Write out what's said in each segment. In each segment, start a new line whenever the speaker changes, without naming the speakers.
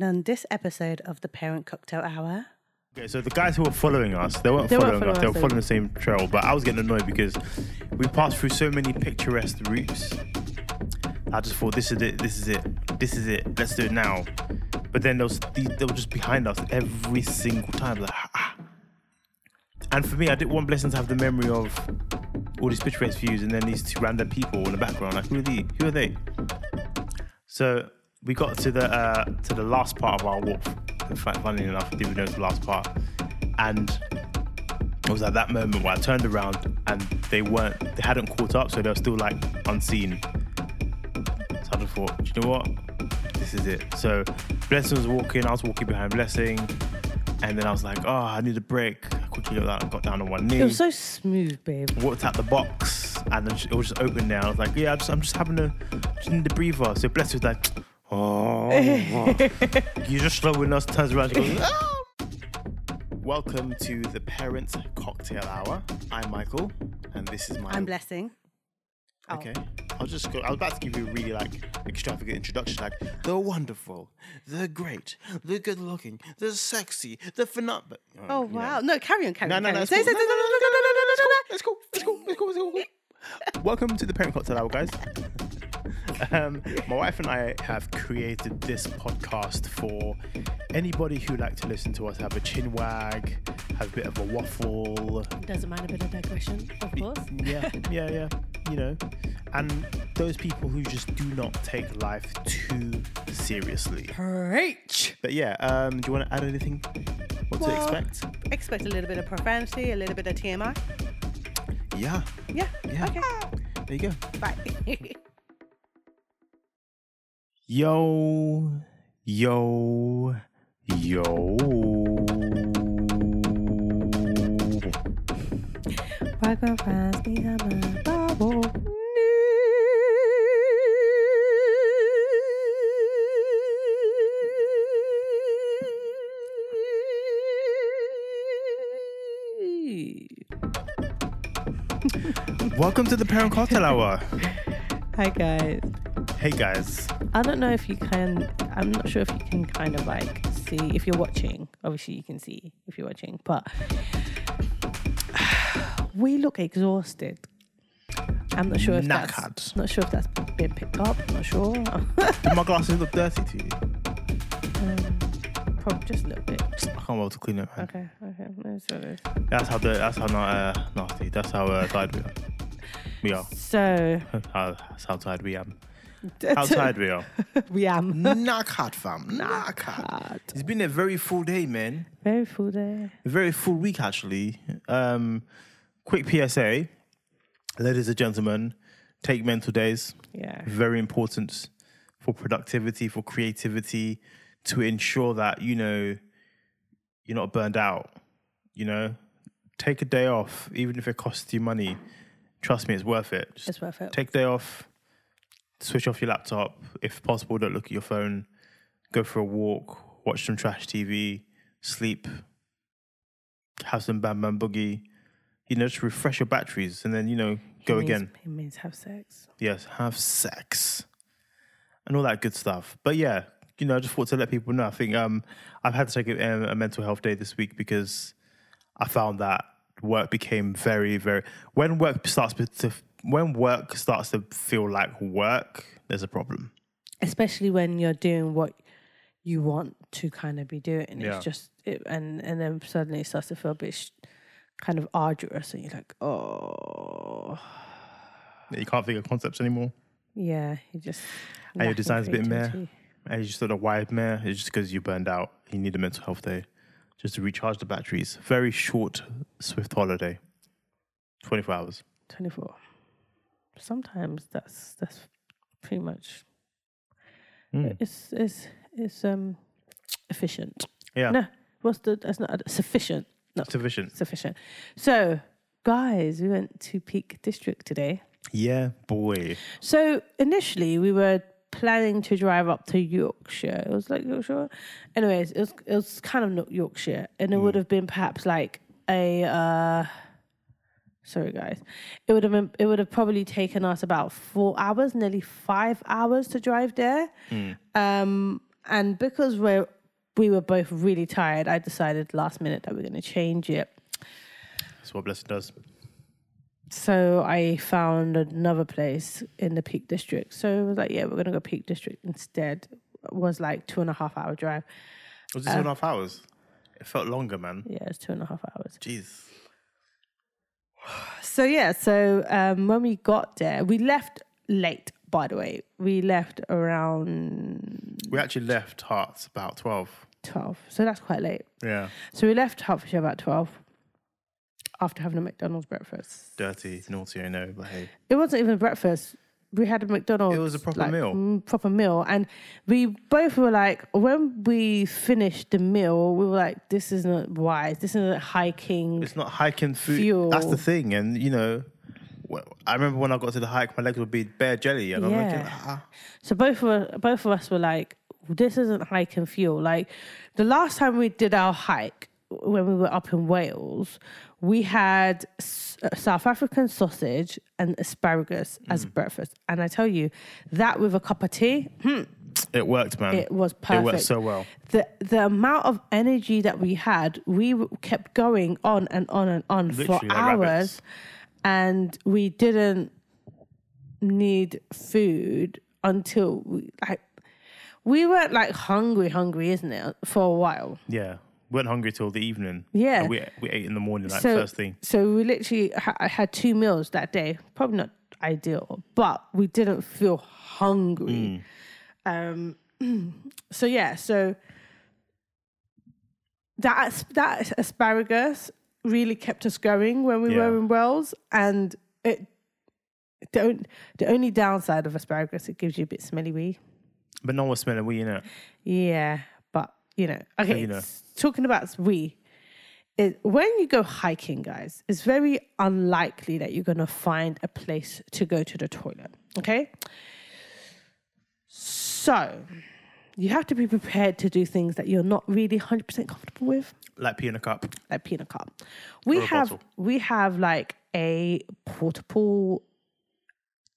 On this episode of the Parent Cocktail Hour,
Okay, so the guys who were following us, they weren't
They weren't
following us,
following us,
they were
they-
following the same trail. But I was getting annoyed because we passed through so many picturesque routes. I just thought, this is it, this is it, this is it, let's do it now. But then there was, these, they were just behind us every single time. Like, ah, ah. And for me, I didn't want Blessing to have the memory of all these picturesque views and then these two random people in the background. Like, who are they? Who are they? So we got to the uh, to the last part of our walk. In fact, funnily enough, didn't know the last part, and it was at that moment where I turned around and they weren't, they hadn't caught up, so they were still like unseen. So I just thought, "Do you know what? This is it. So Blessing was walking, I was walking behind Blessing, and then I was like, oh, I need a break. I quickly got down, got down on one knee
it was so smooth, babe.
walked out the box and then it was just open now. I was like, yeah, I just, I'm just having a just need a breather. So Bless was like, oh, you're just slowing us. Turns around, she goes, "Oh." Welcome to the Parent Cocktail Hour. I'm Michael, and this is my.
I'm blessing. Oh.
Okay, I'll just go. I was about to give you a really like extravagant introduction, like the wonderful, the great, the good looking, the sexy, the phenomenal.
Oh wow! No, carry on, carry
No,
on.
no,
carry
no.
on.
It's
Say,
cool.
say,
No,
say,
no,
say, no,
no,
no, no, no, no, no.
Let's go. Let's go. Let's go. Let's go. Welcome to the Parent Cocktail Hour, guys. Um, my wife and I have created this podcast for anybody who like to listen to us have a chin wag, have a bit of a waffle.
Doesn't mind a bit of digression, of course.
Yeah, yeah, yeah. You know, and those people who just do not take life too seriously.
Preach!
But yeah, um, do you want to add anything? What to
Well-
expect?
Expect a little bit of profanity, a little bit of TMI.
Yeah,
Yeah.
Yeah.
Okay.
there you go.
Bye.
Yo, yo, yo.
Welcome fast behind my bubble.
Welcome to the Parent Cocktail Hour.
Hi guys.
hey guys.
I don't know if you can. I'm not sure if you can kind of like see if you're watching. Obviously, you can see if you're watching, but we look exhausted. I'm not sure if that's
Knackered.
not sure if that's been picked up. I'm not sure.
Do my glasses look dirty to you?
Probably just a little bit.
I can't wait to clean up. man.
Okay. Okay. That's what it is.
That's how the, that's how not uh, nasty. That's how uh, tired we are. We are.
So
How, that's how tired we am. How tired we are.
we am.
Knackered, fam. Knackered. It's been a very full day, man.
Very full day.
a very full week actually. Um, quick PSA, ladies and gentlemen, take mental days.
Yeah.
Very important for productivity, for creativity, to ensure that you know you're not burned out. You know, take a day off, even if it costs you money. Trust me, it's worth it. Just
It's worth it.
take a day off, switch off your laptop. If possible, don't look at your phone. Go for a walk, watch some trash TV, sleep, have some bam bam boogie. You know, just refresh your batteries and then, you know, go
It means-
again.
It means have sex.
Yes, have sex and all that good stuff. But yeah, you know, I just thought to let people know. I think um, I've had to take a, a mental health day this week because I found that work became very, very. When work starts to when work starts to feel like work, there's a problem.
Especially when you're doing what you want to kind of be doing.
Yeah.
It's just it, and and then suddenly it starts to feel a bit sh- kind of arduous, and you're like, oh,
You can't think of concepts anymore.
yeah. You just
And your
lacking
design's a bit meh.
creativity.
And you just sort of wide mare. It's just because you burned out. You need a mental health day just to recharge the batteries. Very short, swift holiday. 24 hours.
24 sometimes that's that's pretty much
Mm.
it's it's it's um efficient
Yeah.
no what's the that's not sufficient not
Sufficient.
sufficient so guys we went to peak district today
Yeah, boy.
so initially we were planning to drive up to yorkshire it was like yorkshire anyways it was it was kind of not yorkshire and it would have been perhaps like a uh sorry guys it would have been it would have probably taken us about four hours nearly five hours to drive there um And because we're we were both really tired, I decided last minute that we're going to change it.
That's what Blessing does.
So I found another place in the Peak District. So I was like, yeah, we're going to go Peak District instead. It was like two and a half hour drive.
Was it two and
Uh,
a half hours? It felt longer, man.
Yeah, it's two and a half hours.
Jeez.
So yeah, so um, when we got there, we left late. By the way, we left around
We actually left Hearts about 12.
twelve, so that's quite late.
Yeah.
So we left Hertfordshire about twelve after having a McDonald's breakfast.
Dirty, naughty, I know, but hey.
It wasn't even breakfast. We had a McDonald's.
It was a proper
like,
meal.
mm, Proper meal, and we both were like, when we finished the meal, we were like, this isn't wise. This isn't hiking.
It's not hiking food.
Mm. Fuel.
That's the thing. And, you know, wh- I remember when I got to the hike, my legs would be bare jelly. And I'm like,
Yeah.
ah.
So both of us, both of us were like, "This isn't hike and fuel." Like the last time we did our hike when we were up in Wales, we had s- uh, South African sausage and asparagus as
Hmm.
breakfast, and I tell you, that with a cup of tea,
it worked, man.
it was perfect.
Hmm. It worked so well.
The the amount of energy that we had, we w- kept going on and on and on for
Literally like
hours,
rabbits.
and we didn't need food until we like we weren't like hungry, hungry, isn't it? For a while,
Yeah. Weren't hungry till the evening.
Yeah.
And we, we ate in the morning, like
so
first thing.
so we literally ha- I had two meals that day. Probably not ideal, but we didn't feel hungry. Um, so yeah, so that as- that asparagus really kept us going when we
Yeah.
were in Wales, and it the, on- the only downside of asparagus it gives you a bit smelly wee.
But no one was smelling wee in it.
Yeah, but you know, okay.
you know.
s- Talking about we, it, when you go hiking, guys, it's very unlikely that you're gonna find a place to go to the toilet. Okay, so you have to be prepared to do things that you're not really hundred percent comfortable with,
Like pee in a cup.
like peanut cup. We
Or a
have
bottle.
we have like a portable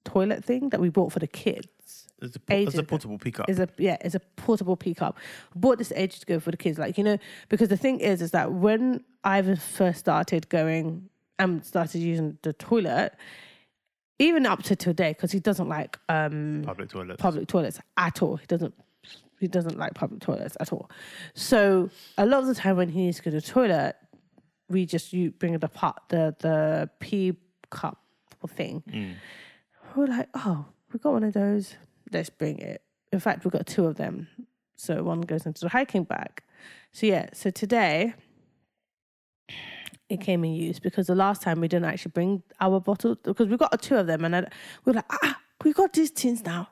toilet thing that we bought for the kids
It's a, po- it's
Ages
a
ago.
portable pee cup.
is a yeah, is a portable pee cup. Bought this ages ago for the kids, like you know, because the thing is, is that when Ivan first started going and started using the toilet, even up to today, because he doesn't like um
Public toilet.
public toilets at all. He doesn't he doesn't like public toilets at all. So a lot of the time when he needs to go to the toilet, we just you bring the pot the the pee cup thing.
Mm.
We're like, oh, we got one of those. Let's bring it. In fact, we've got two of them. So one goes into the hiking bag. So yeah, so today it came in use because the last time we didn't actually bring our bottle because we got two of them and I, we were like, ah, we got these tins now.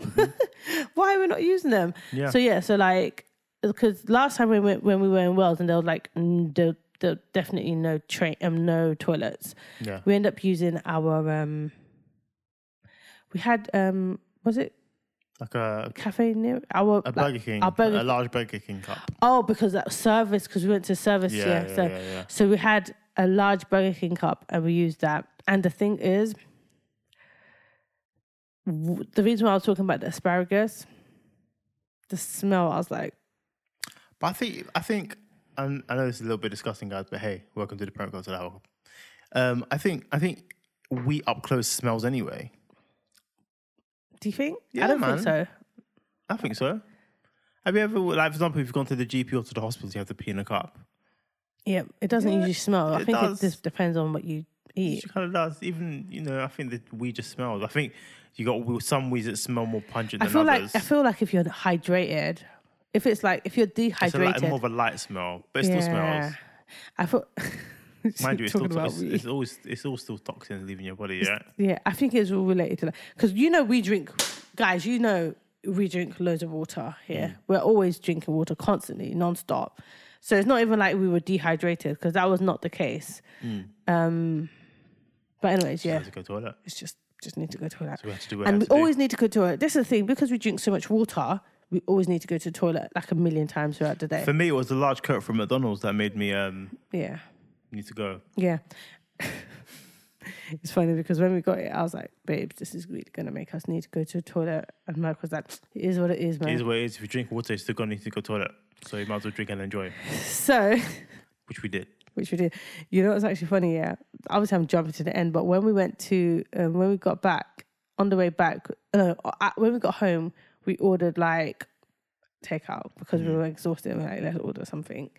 Why are we not using them?
Yeah.
So yeah, so like because last time we went when we were in Wales and there was like mm, there, there were definitely no train um no toilets.
Yeah.
We end up using our um we had um was it
Like a,
cafe near our
a
like,
Burger King.
our Burger
a large Burger King cup.
Oh, because that service, because we went to service,
Yeah,
yeah.
yeah,
so,
yeah, yeah.
so we had a large Burger King cup and we used that. And the thing is, w- the reason why I was talking about the asparagus, the smell, I was like,
But I think I think and I know this is a little bit disgusting, guys, but hey, welcome to the parent culture hour. Um, I think I think we up close smells anyway.
do you think?
Yeah,
I don't
man.
think so.
I think so. Have you ever, like, for example, if you've gone to the GP or to the hospital, you have to pee in a cup.
Yeah, it doesn't usually smell. I
it
think
does.
it just depends on what you eat.
It kind of does. Even you know, I think that we just smells. I think you got wee- some wees that smell more pungent
I
than
feel
others.
like I feel like if you're hydrated, if it's like if you're
it's a,
dehydrated,
like, more of a light smell, but it still
yeah.
smells.
I feel.
Mind you, it's, still,
Talking about
it's,
weed.
it's always it's all still toxins leaving your body. Yeah,
Yeah, I think it's all related to that. Because you know, we drink, guys, you know, we drink loads of water here.
Mm.
We're always drinking water constantly, nonstop. So it's not even like we were dehydrated because that was not the case.
Mm.
Um, but, anyways,
yeah.
yeah,
Have to go to the toilet.
it's just, just need to go to the toilet.
So we have to do what
and
we
we
have to do.
always need to go to the toilet. This is the thing, because we drink so much water, we always need to go to the toilet like a million times throughout the day.
For me, it was the large coke from McDonald's that made me um
yeah.
need to go.
Yeah. it's funny because when we got it, I was like, babe, this is really gonna make us need to go to the toilet. And Mike was like, it is what it is, man.
It is what it is. If you drink water, you're still gonna need to go to the toilet. So you might as well drink and enjoy,
so
which we did.
which we did. You know what's actually funny? Yeah, obviously I'm jumping to the end, but when we went to um, when we got back on the way back, uh, at- when we got home, we ordered like takeout because
Mm.
we were exhausted. We We're like, let's order something.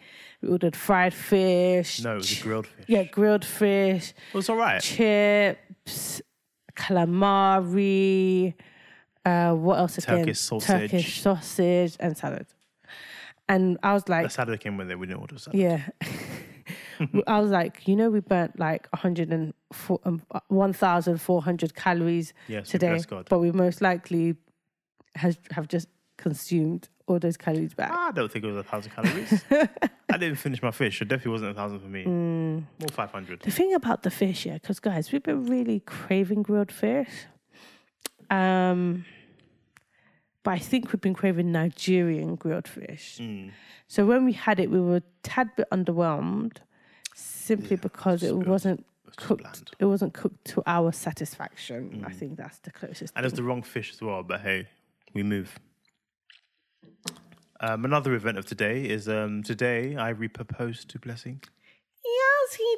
We ordered fried fish.
No, it was a
ch-
grilled fish.
Yeah, grilled fish,
It was all right.
chips, calamari. Uh, what else again?
Turkish sausage.
Turkish sausage and salad. And I was like,
The salad came with it. We didn't order salad.
yeah. Well, I was like, you know, we burnt like 100 and four- um, 1,400 calories
Yes, we
today,
bless God.
but we most likely has, have just consumed all those calories back.
Ah, I don't think it was a thousand calories. I didn't finish my fish. It definitely wasn't a thousand for me.
Mm.
More five hundred.
The thing about the fish, yeah, because guys, we've been really craving grilled fish. Um, but I think we've been craving Nigerian grilled fish. So when we had it, we were a tad bit underwhelmed, simply because it wasn't
bland. Mm.
cooked. It wasn't cooked to our satisfaction. I think that's the closest.
And it's the wrong fish as well, but hey, we move. Um, another event of today is um, today I repurposed to Blessing.
Yes, he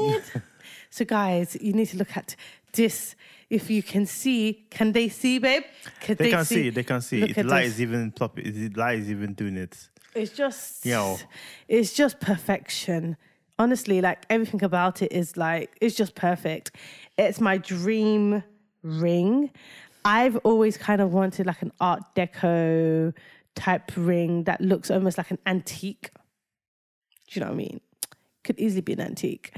did. so, guys, you need to look at this. If you can see, can they see, babe? Can
They, can't see. They can't see.
Look
The
at
light
this.
is even plop, the light is even doing it.
It's just
Yo.
it's just perfection. Honestly, like everything about it is like it's just perfect. It's my dream ring. I've always kind of wanted like an art deco type ring that looks almost like an antique. Do you know what I mean? Could easily be an antique.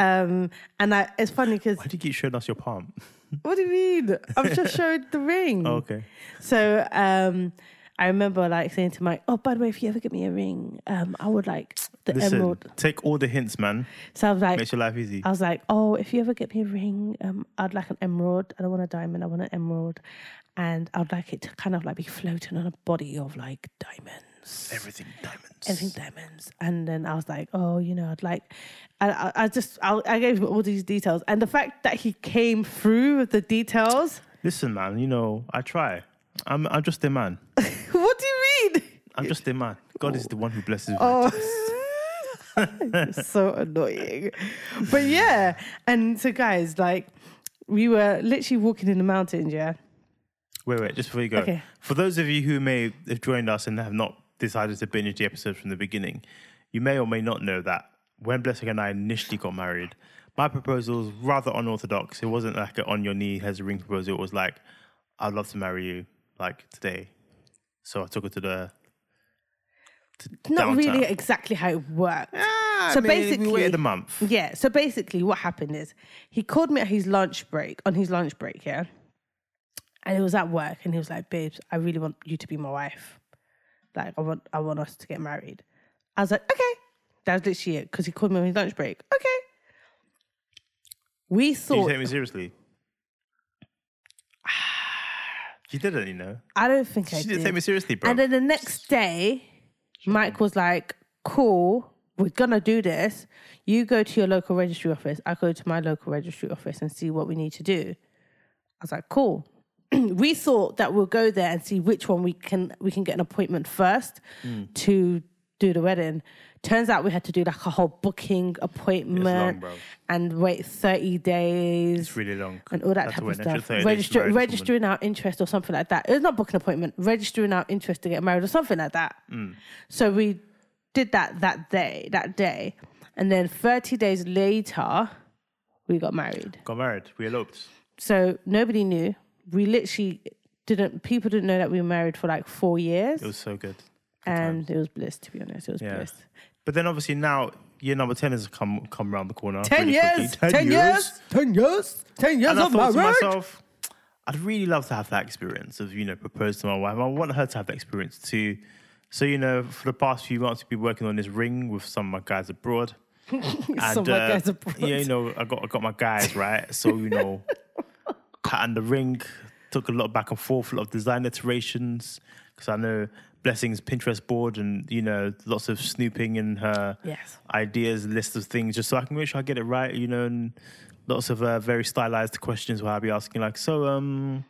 Um, and I, it's funny because
Why do you keep showing us your palm?
what do you mean? I've just showed the ring.
Oh, Okay.
So um, I remember like saying to Mike, "Oh, by the way, if you ever get me a ring, um, I would like the
Listen,
emerald."
take all the hints, man.
So I was like,
Makes your life easy.
I was like, "Oh, if you ever get me a ring, um, I'd like an emerald. I don't want a diamond. I want an emerald, and I'd like it to kind of like be floating on a body of like diamonds."
Everything diamonds.
I think diamonds. And then I was like, oh, you know, I'd like, I, I, I just, I, I gave him all these details. And the fact that he came through with the details,
Listen, man. You know I try. I'm I'm just a man.
what do you mean?
I'm just a man. God is the one who blesses. me.
It's so annoying. But yeah. And so, guys, like, we were literally walking in the mountains, yeah?
Wait, wait, just before you go.
Okay.
For those of you who may have joined us and have not decided to binge the episodes from the beginning, you may or may not know that when Blessing and I initially got married, my proposal was rather unorthodox. It wasn't like an on your knee has a ring proposal. It was like, I'd love to marry you, like today. So I took her to the. To
Not
downtown.
really exactly how it worked.
Ah, I
so
mean,
basically,
we waited a month.
Yeah. So basically, what happened is he called me at his lunch break, on his lunch break, yeah. And it was at work, and he was like, "Babes, I really want you to be my wife. Like, I want, I want us to get married." I was like, "Okay." That was literally it because he called me on his lunch break. Okay. We
Did you
thought
take me seriously? You didn't, you know.
I don't think I
She
did.
didn't take me seriously, bro.
And then the next day, Mike was like, cool, we're going to do this. You go to your local registry office. I go to my local registry office and see what we need to do. I was like, cool. we thought that we'll go there and see which one we can we can get an appointment first
Hmm.
to do the wedding. Turns out we had to do like a whole booking appointment
bro.
and wait 30 days
It's really long.
and all that type
That's the
of
way they should
stuff.
say it, they should
Register,
marry someone.
registering our interest or something like that. It's not booking an appointment. Registering our interest to get married or something like that.
Mm.
So we did that that day, that day, and then thirty days later, we got married.
Got married. We eloped.
So nobody knew. We literally didn't. People didn't know that we were married for like four years,
It was so good.
and it was bliss. To be honest, it was
Yeah.
bliss.
But then obviously now year number ten has come come around the corner.
Ten
really quickly.
years, ten years, ten years, ten years
And I
of
thought to
marriage.
myself, I'd really love to have that experience of you know propose to my wife. I want her to have that experience too. So you know, for the past few months, we've been working on this ring with some of my guys abroad. and,
Some of my
uh,
guys abroad.
Yeah, you know, I got I got my guys right. So you know, cat and the ring took a lot of back and forth, a lot of design iterations because I know blessings Pinterest board and you know lots of snooping in her
Yes.
ideas list of things just so I can make sure I get it right. You know, and lots of uh, very stylized questions where I'd be asking like, so um,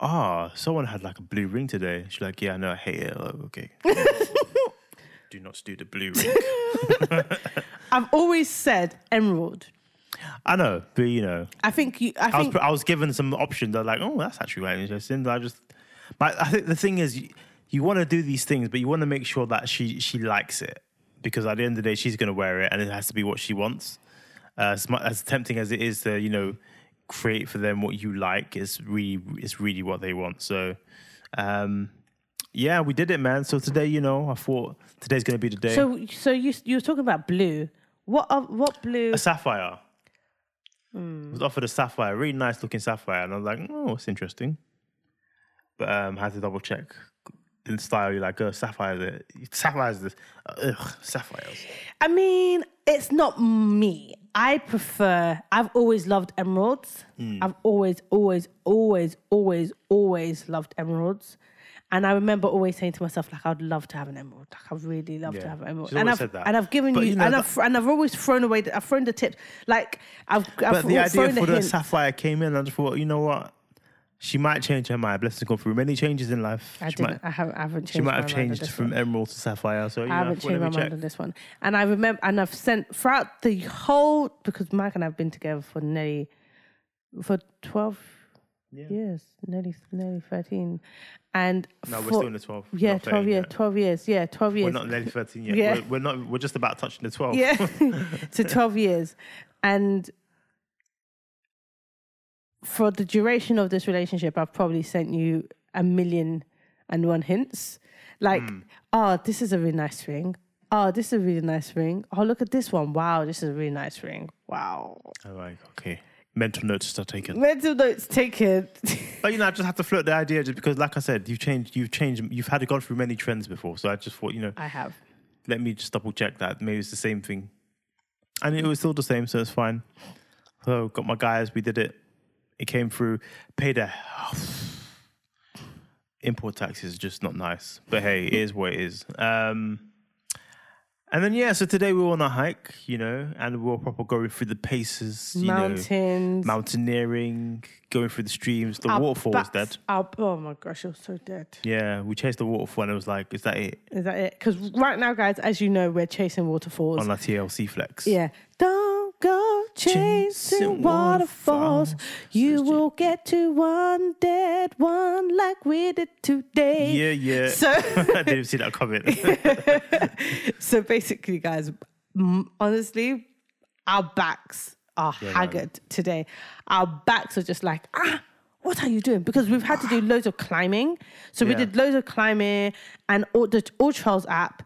ah, someone had like a blue ring today. She's like, yeah, no, I hate it. Like, okay, do not do the blue ring.
I've always said emerald.
I know, but you know,
I think you. I
I was
think
pr- I was given some options. I was like, oh, that's actually quite interesting. I just, but I think the thing is, you, you want to do these things, but you want to make sure that she she likes it because at the end of the day, she's going to wear it, and it has to be what she wants. Uh, as, mu- as tempting as it is to, you know, create for them what you like, it's really it's really what they want. So, um, yeah, we did it, man. So today, you know, I thought today's going to be the day.
so. So you you were talking about blue. What of what blue?
a sapphire.
Hmm.
Was offered a sapphire, really nice looking sapphire, and I was like, oh, it's interesting. But um, had to double check. In style, you're like, oh, sapphire, the sapphire's this, ugh, sapphires.
I mean, it's not me. I prefer. I've always loved emeralds.
Hmm.
I've always, always, always, always, always loved emeralds. And I remember always saying to myself, like, I'd love to have an emerald. Like, I'd really love to
Yeah.
have an emerald.
She's
and
always
I've
said that.
and I've given
But
you,
you know
and
that-
I've and I've always thrown away. The, I've thrown the tips. Like I've, I've
But the idea
thrown
for the
hint.
sapphire came in, and I just thought, you know what? She might change her mind. Blessings come through many changes in life.
I
she might,
didn't. I haven't. I haven't changed.
she might
my
have
mind on
changed
this
from
one.
emerald to sapphire. So you
I
know,
haven't
thought, let
changed my
me
mind
check.
on this one. And I remember, and I've sent throughout the whole because Mike and I've been together for nearly for twelve years, nearly nearly thirteen, and
No, we're
for-
still in the twelve.
yeah,
not 13
twelve years,
yet.
twelve years, yeah, twelve years,
We're not nearly thirteen yet.
Yeah.
We're, we're not. We're just about touching the twelve.
yeah, to twelve years, and for the duration of this relationship, I've probably sent you a million and one hints. Like,
Hmm.
oh, this is a really nice ring. Oh, this is a really nice ring. Oh, look at this one. Wow, this is a really nice ring. Wow.
All right. Okay. Mental notes are taken.
Mental notes taken.
But you know, I just had to float the idea just because, like I said, you've changed, you've changed, you've had to gone through many trends before. So I just thought, you know,
I have.
let me just double check that maybe it's the same thing, and it was still the same, so it's fine. So got my guys, we did it. It came through. Paid a import tax is just not nice, but hey, it is what it is. Um, and then yeah, so today we were on a hike, you know, and we were proper going through the paces, you know,
Mountains.
mountaineering, going through the streams. The
our
waterfall was
backs-
dead.
our- oh my gosh, you're so dead.
Yeah, we chased the waterfall and it was like, is that it?
Is that it? Because right now, guys, as you know, we're chasing waterfalls.
On that TLC flex.
Yeah. Don't go chasing
Chasing
waterfalls.
waterfalls.
You will get to one dead one like we did today.
Yeah, yeah.
So,
I didn't see that coming.
so basically, guys, m- honestly, our backs are haggard today. Our backs are just like, ah, what are you doing? Because we've had to do loads of climbing. So we
Yeah.
did loads of climbing and all the All Trails app.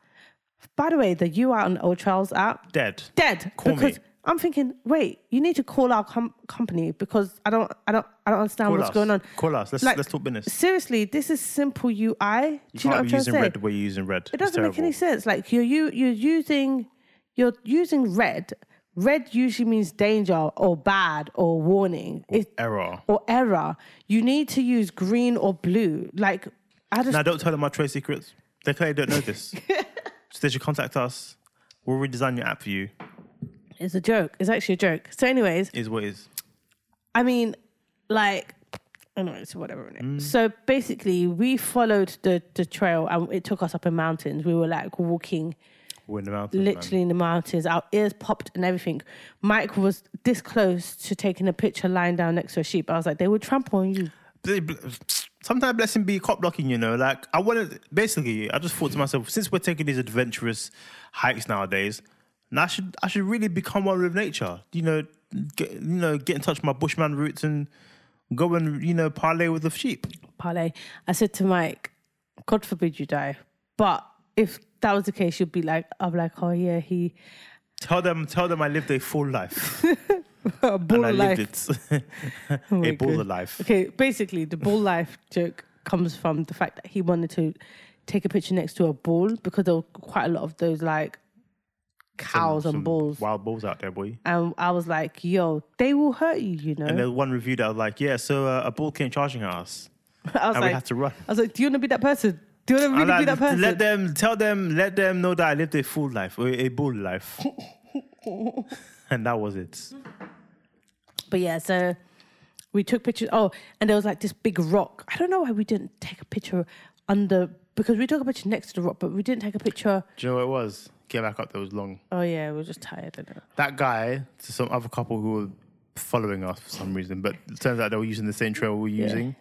By the way, the you out on All Trails app,
Dead.
dead
Call
because
me.
I'm thinking, wait, you need to call our com- company because I don't, I don't, I don't understand
Call
what's
us.
going on.
Call us. Let's,
Like,
let's talk business.
Seriously, this is simple UI. Do you know what I'm
Can't be
trying to
using
say?
red the way you're using red.
It doesn't make any sense. Like you're you, you're using you're using red. Red usually means danger or bad or warning It-
Error.
or error. You need to use green or blue. Like I just
Now, don't tell them our trade secrets. They clearly don't know this. so they should contact us. We'll redesign your app for you,
it's a joke. It's actually a joke. So, anyways,
is what is.
I mean, like, I don't know, it's whatever. innit?
Mm.
So basically, we followed the, the trail and it took us up in mountains. We were like walking
We're in the mountains. man.
literally in the mountains. Our ears popped and everything. Mike was this close to taking a picture lying down next to a sheep. I was like, they would trample on you.
They- Sometimes blessing be cop blocking, you know. Like I wanted, basically, I just thought to myself, since we're taking these adventurous hikes nowadays, now I should I should really become one with nature. You know, get, you know, get in touch with my bushman roots and go and you know parlay with the sheep.
Parlay. I said to Mike, God forbid you die. But if that was the case, you'd be like, I'm like, oh yeah, he,
Tell them, tell them I lived a full life
a Oh
and
bull
I
life.
lived it, a baller life.
Okay, basically, the ball life joke comes from the fact that he wanted to take a picture next to a bull because there were quite a lot of those like cows
Some
and bulls.
wild bulls out there, boy.
And I was like, yo, they will hurt you, you know?
And there was one review that was like, yeah, so uh, a bull came charging at us,
I, was
and we
like,
had to run.
I was like, do you want to be that person? Do you want to
I
really be
like-
that person?
Let them tell them, let them know that I lived a full life, or a bull life, and that was it.
But yeah, so we took pictures. Oh, and there was like this big rock. I don't know why we didn't take a picture under because we took a picture next to the rock, but we didn't take a picture.
Do you know what it was? Get back up. There was long.
Oh yeah, we were just tired. I don't know.
That guy to some other couple who were following us for some reason, but it turns out they were using the same trail we were using.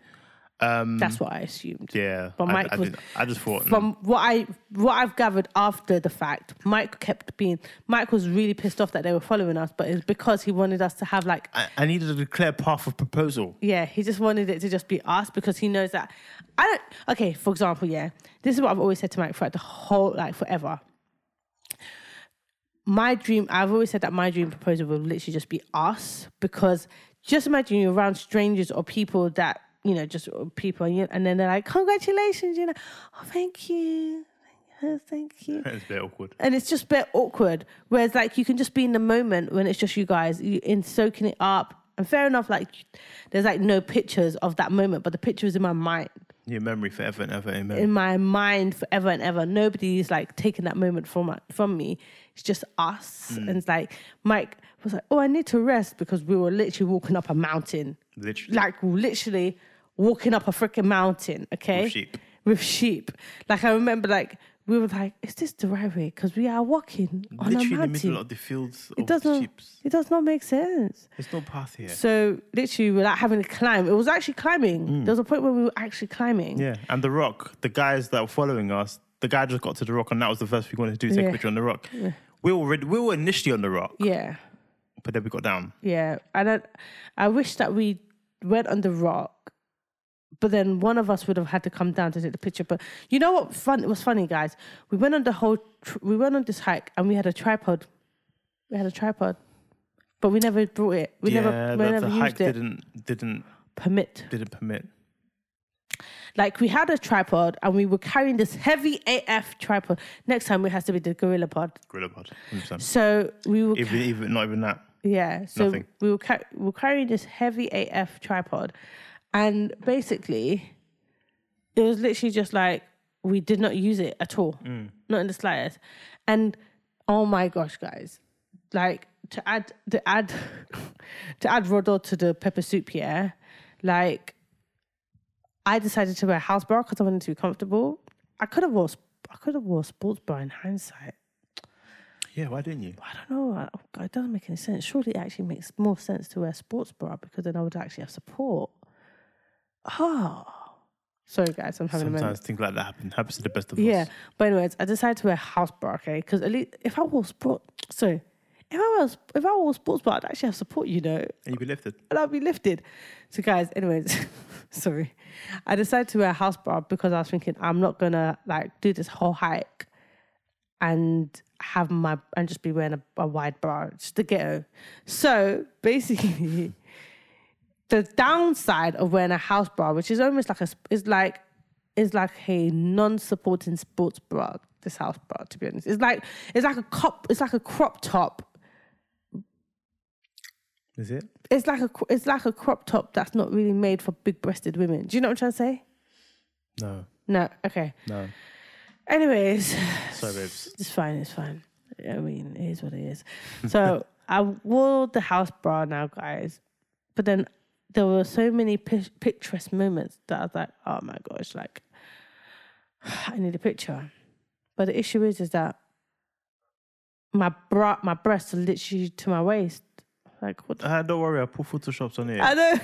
Mm.
That's what I assumed.
Yeah.
But
I-
Mike
I,
was-
didn't- I just thought.
From what I what I've gathered after the fact, Mike kept being Mike was really pissed off that they were following us, but it's because he wanted us to have like
I, I needed a clear path of proposal.
Yeah, he just wanted it to just be us because he knows that I don't. Okay, for example, yeah, this is what I've always said to Mike throughout the whole like forever. My dream, I've always said that my dream proposal will literally just be us because just imagine you're around strangers or people that you know, just people, and, you, and then they're like, "Congratulations," you know, "Oh, thank you, Oh, thank you."
It's a bit awkward.
and it's just a bit awkward. Whereas like you can just be in the moment when it's just you guys, you in soaking it up. And fair enough, like there's like no pictures of that moment, but the picture is in my mind,
Your memory forever and ever, amen.
in my mind forever and ever. Nobody's like taking that moment from from me. It's just us. And it's like Mike was like, "Oh, I need to rest because we were literally walking up a mountain,
Literally.
like literally walking up a freaking mountain." Okay,
With sheep.
With sheep. Like I remember, like we were like, "Is this the right way?" Because we are walking on a
Literally in the
mountain.
middle of the fields
it
of
doesn't.
sheep.
It does not make sense.
There's no path here.
So literally, we're like having to climb. It was actually climbing. There was a point where we were actually climbing.
Mm. Yeah, and the rock, the guys that were following us, the guy just got to the rock, and that was the first thing we wanted to do: take
Yeah.
a picture on the rock. We were already, we were initially on the rock,
yeah,
but then we got down.
yeah. I don't. I wish that we went on the rock, but then one of us would have had to come down to take the picture. But you know what? Fun. It was funny, guys. We went on the whole. Tr- we went on this hike, and we had a tripod. We had a tripod, but we never brought it. We
yeah,
never. We
the,
never
the
used
hike
it.
didn't didn't
Permit.
didn't permit.
like we had a tripod and we were carrying this heavy AF tripod. Next time it has to be the gorilla pod.
Gorilla pod, 100%.
So we were
even even not even that.
yeah. So
Nothing.
we were car- we were carrying this heavy AF tripod, and basically, it was literally just like we did not use it at all, not in the slightest. And oh my gosh, guys, like to add to add to add Rodol to the pepper soup, yeah, like. I decided to wear a house bra because I wanted to be comfortable. I could have wore sp- I could have wore a sports bra in hindsight.
Yeah, why didn't you?
I don't know. I- oh God, It doesn't make any sense. Surely it actually makes more sense to wear a sports bra because then I would actually have support. Oh. Sorry, guys. I'm having a moment.
Sometimes things like that happen. Happens to the best of
Yeah.
us.
But anyways, I decided to wear a house bra, okay? Because at least if I wore sport, sorry, if I was if I wore a sports bra, I'd actually have support, you know,
And you be lifted.
and I'll be lifted. So, guys, anyways, sorry. I decided to wear a house bra because I was thinking I'm not gonna like do this whole hike and have my and just be wearing a, a wide bra, It's just the ghetto. So basically, the downside of wearing a house bra, which is almost like a, sp- is like, is like a non-supporting sports bra. This house bra, to be honest, it's like it's like a cop, it's like a crop top
Is it?
it's like a it's like a crop top that's not really made for big-breasted women. Do you know what I'm trying to say?
No,
No. Okay.
no.
Anyways,
Sorry, babes.
it's fine. It's fine. I mean, it is what it is. So I wore the house bra now, guys. But then there were so many pic- picturesque moments that I was like, oh my gosh, like I need a picture. But the issue is, is that my bra, my breasts are literally to my waist. Like what? The-
Uh, don't worry, I'll put photoshops on here.
I know.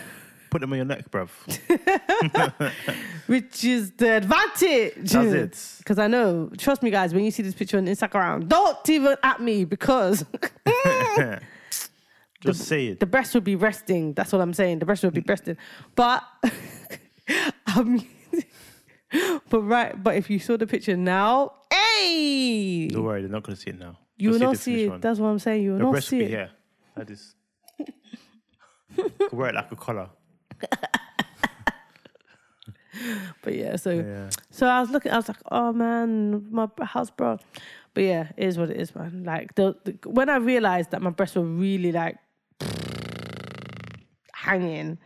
Put them on your neck, bruv.
which is the advantage.
Does it?
Because I know, trust me, guys, when you see this picture on Instagram, don't even at me because
Just say it.
the breast would be resting. That's what I'm saying. The breast would be resting. But um, but right, but if you saw the picture now, hey,
Don't worry, they're not gonna see it now.
you will
Just
not
the
see
finished
it.
one.
That's what I'm saying. You will
The
not
breast
see
be
it.
here. That is. Could wear it like a collar.
But yeah, so
Yeah.
So I was looking, I was like, oh man, my b- house bra. But yeah, it is what it is, man. Like, the, the, when I realized that my breasts were really like hanging,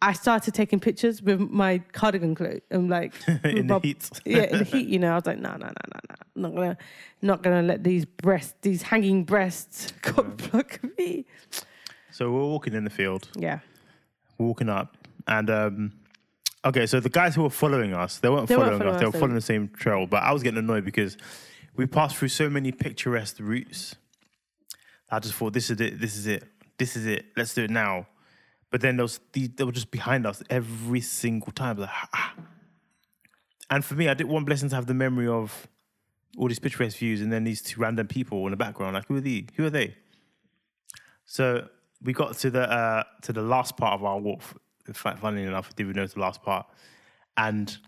I started taking pictures with my cardigan clothes. I'm like,
In the
my-
heat.
yeah, in the heat, you know. I was like, no, no, no, no, no. Not gonna, not gonna let these breasts, these hanging breasts, God block me.
So we're walking in the field,
Yeah.
walking up, and um, okay, so the guys who were following us, they weren't
They weren't
following us,
following us,
they were
they-
following the same trail. But I was getting annoyed because we passed through so many picturesque routes. I just thought, this is it, this is it, this is it. Let's do it now. But then there was the, they were just behind us every single time. I was like, "Ah, ah." And for me, I didn't want blessings to have the memory of all these picturesque views and then these two random people in the background. Like, who are they? Who are they? So we got to the uh, to the last part of our walk. In fact, funnily enough, I didn't even know it was the last part. And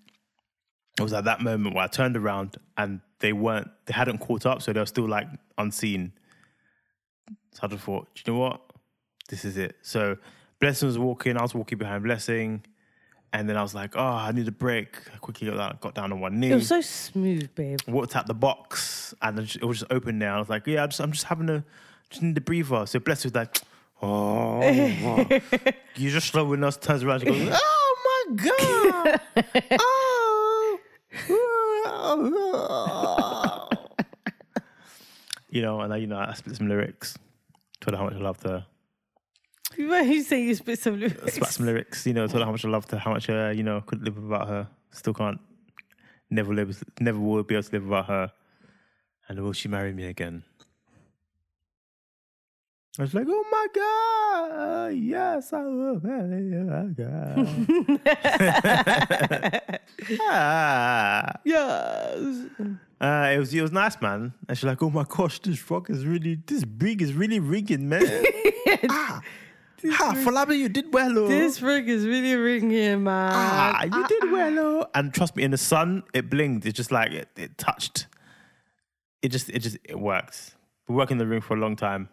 it was at that moment where I turned around and they weren't, they hadn't caught up, so they were still like unseen. So I just thought, "Do you know what? This is it. So Blessing was walking, I was walking behind Blessing, and then I was like, oh, I need a break. I quickly got down, got down on one knee
It was so smooth, babe.
walked out the box and it was- it was just open now. I was like, yeah, I just, I'm just having a, just need a breather. So Bless was like, oh, you're just slowing us, turns around, she goes, oh my God. Oh. oh, oh." you know, and I, you know, I split some lyrics. Told her how much I loved her.
You know you say you spit some
I spat
lyrics.
some lyrics, you know, told her how much I loved her, how much, uh, you know, I couldn't live without her. Still can't. Never, live, never will be able to live without her. And will she marry me again? I was like, oh my God. Yes, I will marry you again. ah.
Yes.
Uh, it was it was nice, man. And she's like, "Oh my gosh, this rock is really, this rig is really rigging, man." ah, ah, Falaba, you did well, oh.
This ring is really ringing, man.
ah, you did well, oh. And trust me, in the sun, it blinked. It just like it, it touched. It just, it just, it works. We worked in the room for a long time,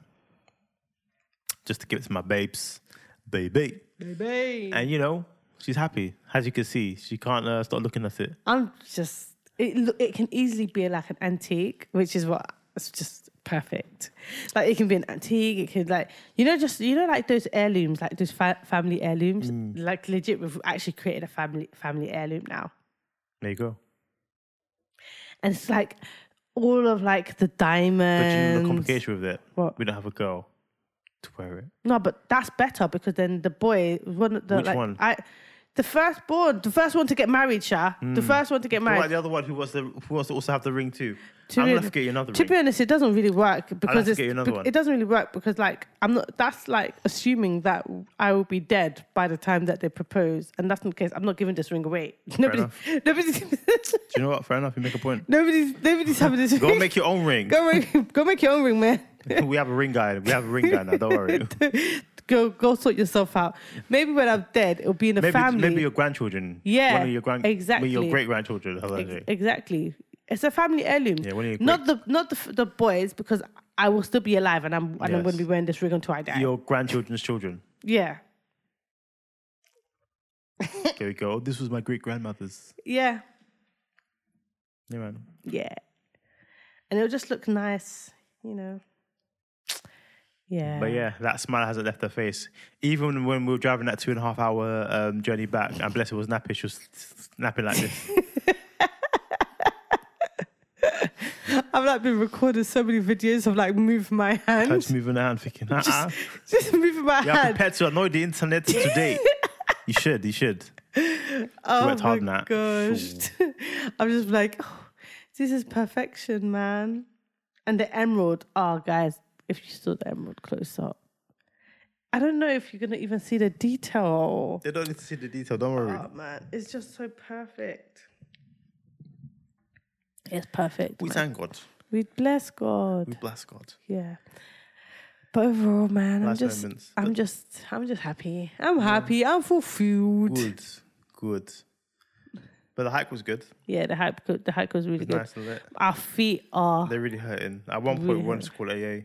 just to give it to my babes, baby.
Baby.
And you know, she's happy, as you can see. She can't uh, stop looking at it.
I'm just it. lo- It can easily be like an antique, which is what it's just perfect. Like it can be an antique. It could like you know just you know like those heirlooms, like those fa- family heirlooms.
Mm.
Like legit, we've actually created a family family heirloom now,
There you go.
and it's like all of like the
But you know
diamonds.
the complication with it.
What?
We don't have a girl to wear it.
No, but that's better because then the boy one of the
Which
like
one?
I. The first born, the first one to get married, Sha. The first one to get
What
married.
about Mm. the other one who wants to who wants to also have the ring too?
To
I'm
be-
gonna have to get you another
To
ring.
be honest, it doesn't really work because
to
it's,
get you another
bec-
one.
it doesn't really work because like I'm not. That's like assuming that I will be dead by the time that they propose, and that's not the case. I'm not giving this ring away. Nobody,
enough.
nobody's,
Do you know what? Fair enough. You make a point.
nobody's, nobody's having this.
Go
ring.
and make your own ring.
go make, go make your own ring, man.
we have a ring guy. We have a ring guy now. Don't worry.
Go, go sort yourself out. Maybe when I'm dead, it'll be in a
Maybe
family.
maybe your grandchildren.
Yeah,
One of your grand.
exactly.
Maybe your great grandchildren. How about
Ex-
it?
exactly. It's a family heirloom.
Yeah, one of your
not the not the, f- the boys because I will still be alive and I'm and I'm
Yes.
going to be wearing this ring until I die.
Your grandchildren's children.
Yeah.
There we go. Oh, This was my great grandmother's.
Yeah.
Yeah, man.
Yeah. And it'll just look nice, you know. Yeah.
But yeah, that smile hasn't left her face. Even when we were driving that two and a half hour um, journey back, and Blessing was napping, she was snapping like this.
I've like been recording so many videos of like move my
I
hand.
was moving around, thinking, uh-uh.
Just moving my
Yeah,
hand.
prepared to annoy the internet today. you should, you should.
Oh
worked hard on
my
that.
gosh. I'm just like, oh, this is perfection, man. And the emerald, oh guys, if you saw the emerald close up. I don't know if you're gonna even see the detail.
They don't need to see the detail, don't worry.
Oh man, it's just so perfect. It's perfect.
we
man.
thank God.
We bless
We
God.
bless God.
Yeah. But overall, man, I'm
Last
just,
moments.
I'm just, I'm just happy. I'm happy. I'm fulfilled.
Good, good. But the hike was good.
Yeah, the hike, go- the hike was really good.
Nice and lit.
Our feet are.
They're really hurting. At one point, we wanted to call AA.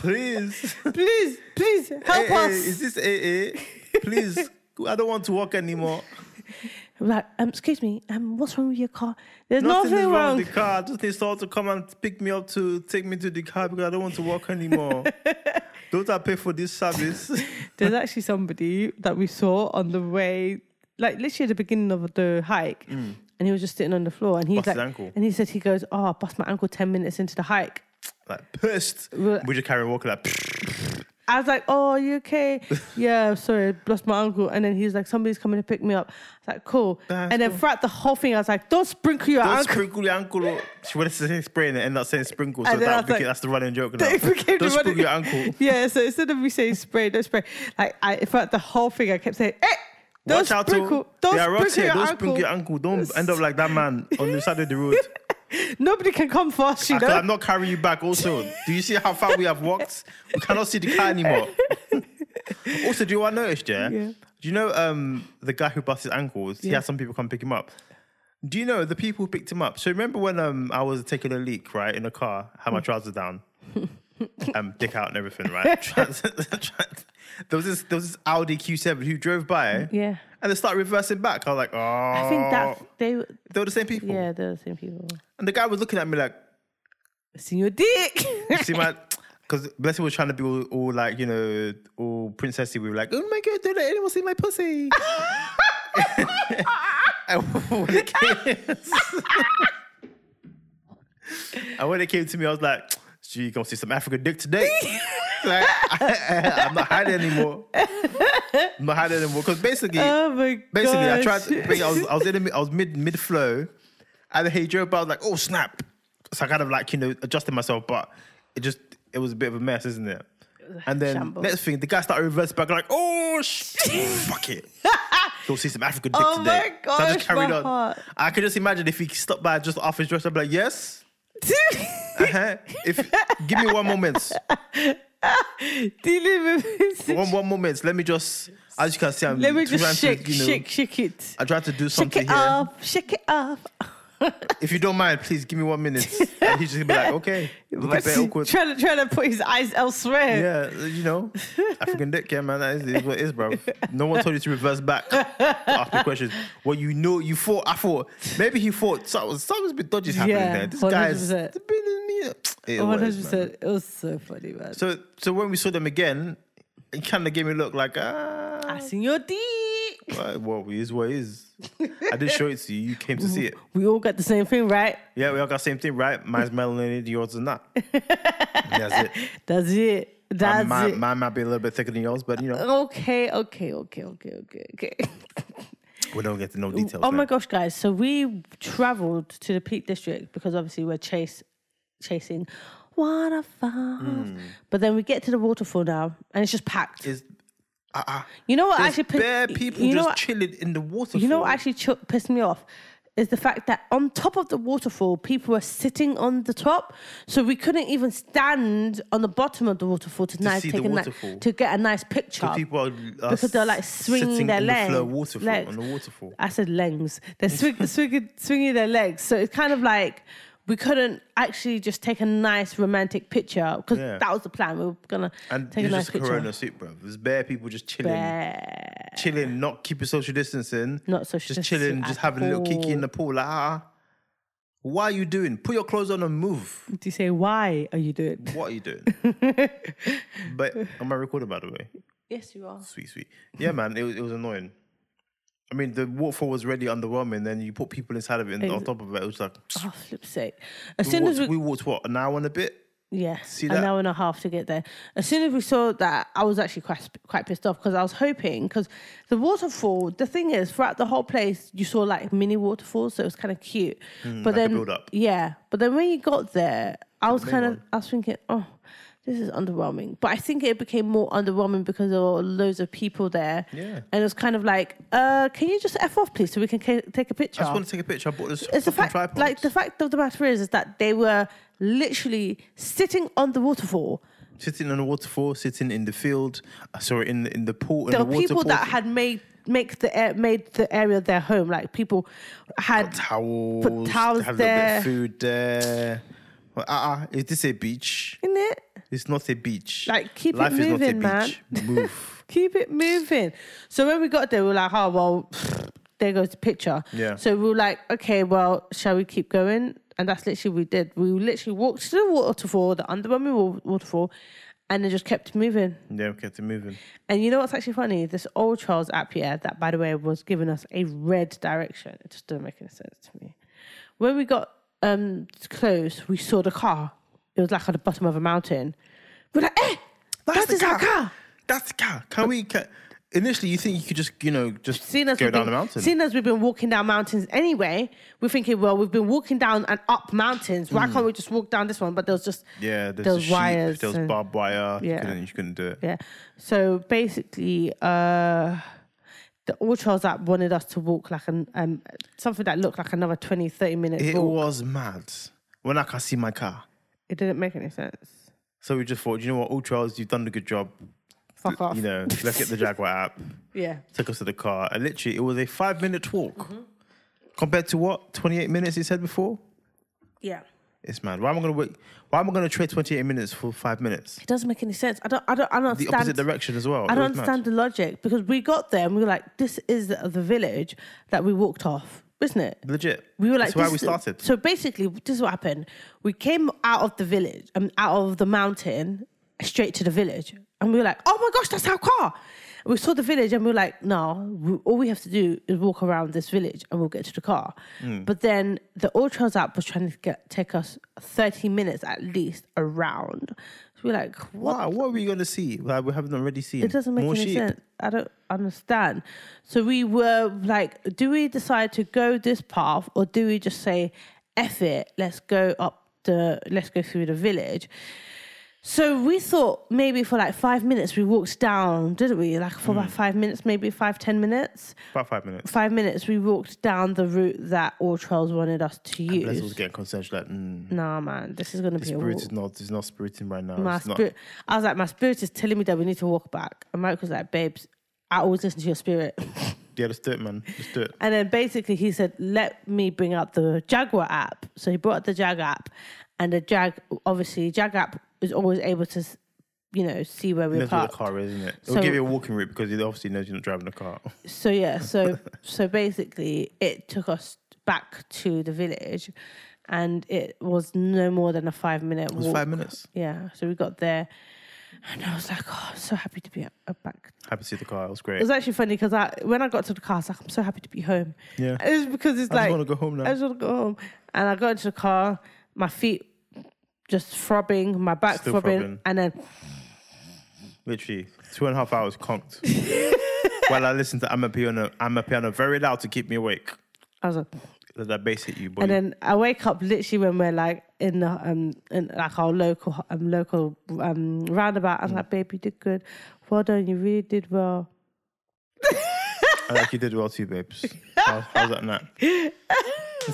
Please.
please, please help
AA,
us.
is this AA? Please. I don't want to walk anymore.
We're like, um, excuse me, um, what's wrong with your car? There's
Nothing,
nothing,
is wrong,
wrong.
with the car. I just need someone to come and pick me up to take me to the car because I don't want to walk anymore. don't I pay for this service?
There's actually somebody that we saw on the way, like literally at the beginning of the hike, and he was just sitting on the floor, and he's
Mm. Bust his
like,
ankle.
and he said he goes, "Oh, I bust my ankle ten minutes into the hike."
like pissed.
Well-
We just carry on walking like.
I was like, "Oh, are you okay? yeah, I'm sorry, I lost my uncle." And then he's like, "Somebody's coming to pick me up." I was like, "Cool."
That's
and then
cool.
throughout the whole thing, I was like, "Don't sprinkle your
Don't
uncle."
sprinkle your ankle. or- She wanted to say spray and it ended up saying sprinkle. So
And then I
that
was
became,
like-
that's the running joke now.
It became
Don't
the running-
sprinkle your ankle.
yeah, so instead of me saying spray, don't spray. Like I, throughout the whole thing, I kept saying, "Hey, don't
Watch out,
sprinkle,
too.
don't
There are
sprinkle
rocks here.
your
Don't
uncle.
sprinkle your ankle. Don't end up like that man on the side of the road.
Nobody can come fast, you
I
know."
am not carrying you back. Also, do you see how far we have walked? We cannot see the car anymore. also, do you know what I noticed? Yeah?
Yeah.
Do you know um the guy who busts his ankles? He
Yeah.
had some people come pick him up. Do you know the people who picked him up? So remember when um I was taking a leak right in a car, had my
Hmm.
trousers down, um dick out and everything, right? Trans- trans- there was this there was this Audi Q7 who drove by,
Yeah.
and they started reversing back. I was like, oh,
I think that they,
they were the same people.
yeah, they're the same people.
And the guy was looking at me like,
Senior dick.
See, man, because Blessing was trying to be all, all like, you know, all princessy. We were like, oh my God, don't let anyone see my pussy. and when it came, and when it came to me, I was like, so you gonna see some African dick today. like, I, am not hiding anymore. I'm not hiding anymore. Because basically,
oh my god.
basically, I tried. To, basically, I was, I was in, the, mid- I was mid mid flow, and then he drove by. I was like, oh snap! So I kind of like you know adjusted myself, but it just it was a bit of a mess, isn't it? And then
Shambles.
next thing, the guy started reverse back, like, oh sh- fuck it. You'll see some African dick
Oh
today.
my
so I
gosh,
just carried
my
on.
heart.
I could just imagine if he stopped by just off his dress, I'd be like, yes. Uh-huh. If give me one moment,
Dealing with
one one moment. Let me just, as you can see, I'm
Let me just
trying
shake,
to, you know,
shake, shake it.
I tried to do
Shake
something
it
here.
off, shake it off.
if you don't mind, please give me one minute. And he's just gonna be like, okay, look at that awkward.
Trying to trying to put his eyes elsewhere.
Yeah, you know, African dick, yeah, man. That is, is what it is, bro. No one told you to reverse back to ask me questions. Well, you know, you thought, I thought, maybe he thought something, something's a bit dodgy's happening
Yeah,
there. This guy's.
100%. One hundred
100%.
percent. It was so funny, man.
So, so when we saw them again, it kind of gave me a look like, ah,
I seen your dick.
well, what is what is. I did show it to you. You came to see it.
We all got the same thing, right?
Yeah, we all got the same thing, right? Mine's melanated, yours is not. That's it.
That's it. That's
mine,
it. Uh,
mine might be a little bit thicker than yours, but you know,
Okay, okay, okay, okay, okay, okay.
we don't get to know details.
Oh my
now.
gosh, guys! So we travelled to the Peak District because obviously we're chase chasing waterfalls,
Hmm.
but then we get to the waterfall now and it's just packed.
Is uh, uh,
You know what
there's
actually pi-
bare people
you know
just
what,
chilling in the water.
you know what actually ch- pissed me off is the fact that on top of the waterfall, people were sitting on the top, so we couldn't even stand on the bottom of the waterfall to, nice
see
take
the
a ni-
waterfall.
to get a nice picture.
people are uh,
because they're like swinging
sitting
their
in
legs,
the flow waterfall
legs.
on the waterfall.
I said legs. They're swing, swinging, swinging their legs. So it's kind of like we couldn't actually just take a nice romantic picture because
Yeah.
that was the plan. We were gonna
And
take a
it's
nice
just a
picture.
corona soup, bro. There's bare people just chilling,
Bear.
chilling, not keeping social distancing,
Not social
just
distancing
chilling,
at
just having a little kiki in
all.
the pool. Like, ah, what are you doing? Put your clothes on and move.
Do you say why are you doing?
What are you doing? but am I recording, by the way?
Yes, you are.
Sweet, sweet. Yeah, man, it, was- it was annoying. I mean, the waterfall was really underwhelming. Then you put people inside of it and on
Ex-
top of it. It was like,
Oh, flip sake! As
we
soon
walked,
as we,
we walked, what, an hour and a bit?
yeah,
see
an
that?
hour and a half to get there. As soon as we saw that, I was actually quite quite pissed off because I was hoping because the waterfall. The thing is, throughout the whole place, you saw like mini waterfalls, so it was kind of cute. but
Hmm, like a
then,
build-up.
yeah, but then when you got there, I was kind of I was thinking, oh, this is underwhelming. But I think it became more underwhelming because there were loads of people there.
Yeah.
and it was kind of like, uh, can you just f off, please, so we can ca- take a picture
I just want to take a picture. I bought this
it's the
fucking
fact,
tripod.
like the fact of the matter is, is that they were literally sitting on the waterfall.
sitting on the waterfall, sitting in the field. I saw it in the, in the pool. In
There
the
were
water
people
pool.
that had made make the air, made the area their home. Like people had
towels.
put towels
they had
there.
a little bit of food there. Well, uh-uh, is this a beach?
in it.
It's not a beach.
Like, keep it
Life
moving,
is not a
man.
beach. Move.
Keep it moving. So when we got there, we were like, oh well, there goes the picture.
Yeah.
So we were like, okay, well, shall we keep going? And that's literally we did. We literally walked to the waterfall, the underwhelming wa- waterfall, and it just kept moving.
yeah, we kept it moving.
And you know what's actually funny? This old Charles app here, that by the way was giving us a red direction. It just doesn't make any sense to me. When we got um close, we saw the car. It was like at the bottom of a mountain. We're like, eh, that's,
the
just our car.
That's the car. Can we? Can, initially, you think you could just, you know, just
Seeing as
go
we've
down
been,
the mountain.
Seeing as we've been walking down mountains anyway, we're thinking, well, we've been walking down and up mountains.
Mm.
Why can't we just walk down this one? But there was just
yeah,
there
there's
was
the sheep,
wires.
there was
and-
barbed wire.
Yeah.
You, couldn't, you couldn't do it.
Yeah. So basically, uh, the ultras that wanted us to walk like an um, something that looked like another 20, 30 minutes
It
walk.
was mad. When I can see my car.
It didn't make any sense.
So we just thought, you know what, Ultras, you've done a good job.
Fuck off.
You know, let's get the Jaguar app.
Yeah.
Took us to the car. And literally, it was a five minute walk.
Mm-hmm.
Compared to what? 28 minutes you said before?
Yeah.
It's mad. Why am I going to wait? Why am I going to trade 28 minutes for five minutes?
It doesn't make any sense. I don't. I don't. I don't
The
understand.
opposite direction as well.
I
It
don't
was mad.
understand the logic because we got there and we were like, "This is the village that we walked off, isn't it?"
Legit.
We were like,
That's why
this
we
is-
started.
So basically, this is what happened. We came out of the village, um, out of the mountain, straight to the village, and we were like, "Oh my gosh, that's our car!" We saw the village, and we were like, "No, we, all we have to do is walk around this village, and we'll get to the car."
Hmm.
But then the All Trails app was trying to get, take us thirty minutes at least around. So we were like, "What
Wow, what are we going to see that we haven't already seen?
it doesn't make
More
any
sheep.
sense. I don't understand. So we were like, do we decide to go this path or do we just say, F it, let's go up the, let's go through the village? So we thought maybe for like five minutes we walked down, didn't we? Like for about
Hmm.
five minutes, maybe five, ten minutes.
About five minutes.
Five minutes we walked down the route that All Trails wanted us to
Les was
use.
getting concerned. She's like, mm,
Nah, man, this is gonna be a
spirit
walk.
is not, it's not spiriting right now.
My
it's not.
spirit, I was like, my spirit is telling me that we need to walk back. And Mike was like, babes, I always listen to your spirit.
Yeah, let's do it, man. Let's do it.
And then basically he said, let me bring out the Jaguar app. So he brought out the Jag app, and the Jag, obviously, Jag app is always able to, you know, see where we are
It knows where the
parked.
car is, isn't it? It'll
So-
give you a walking route because it obviously knows you're not driving a car.
So yeah, so so basically, it took us back to the village, and it was no more than a five minute
It was
walk.
five minutes.
Yeah, so we got there, and I was like, oh, I'm so happy to be at- at back
Happy to see the car. It was
It
great.
was actually funny because I, when I got to the car, I was like, I'm so happy to be home.
yeah.
It was because it's
I
like,
just want to go home now.
I just want to go home. And I got into the car, my feet just throbbing, my back
Still
throbbing,
throbbing.
and then
Literally two and a half hours conked. While I listened to I'm a piano, I'm a piano very loud to keep me awake.
I was like,
Let that bass hit you, boy.
and then I wake up literally when we're like in the um in like our local um local um roundabout.
Mm.
I was like, babe, you did good. Well done, you really did well.
I like you did well too, babes. How, how's that now?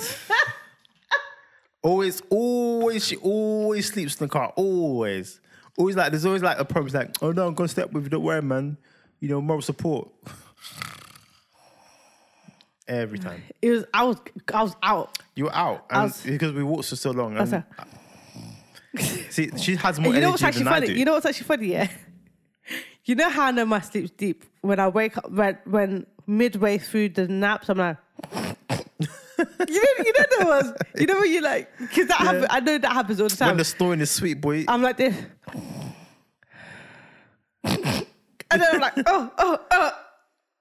always, always, she always sleeps in the car. Always. Always like, there's always like a promise like, oh no, I'm going to step with you. Don't worry, man. You know, moral support. Every time.
It was I was I was out.
You were out. And
was-
because we walked for so long. And
sorry.
see, she has more
you know what's
energy
actually
than I
funny?
do.
You know what's actually funny? Yeah. You know how I know my sleep's deep when I wake up when, when midway through the naps I'm like. you know, you know there was, you know when you like, because that happen- I know that happens all the
when
time.
the snoring is sweet, boy.
I'm like this, and then I'm like, oh, oh, oh,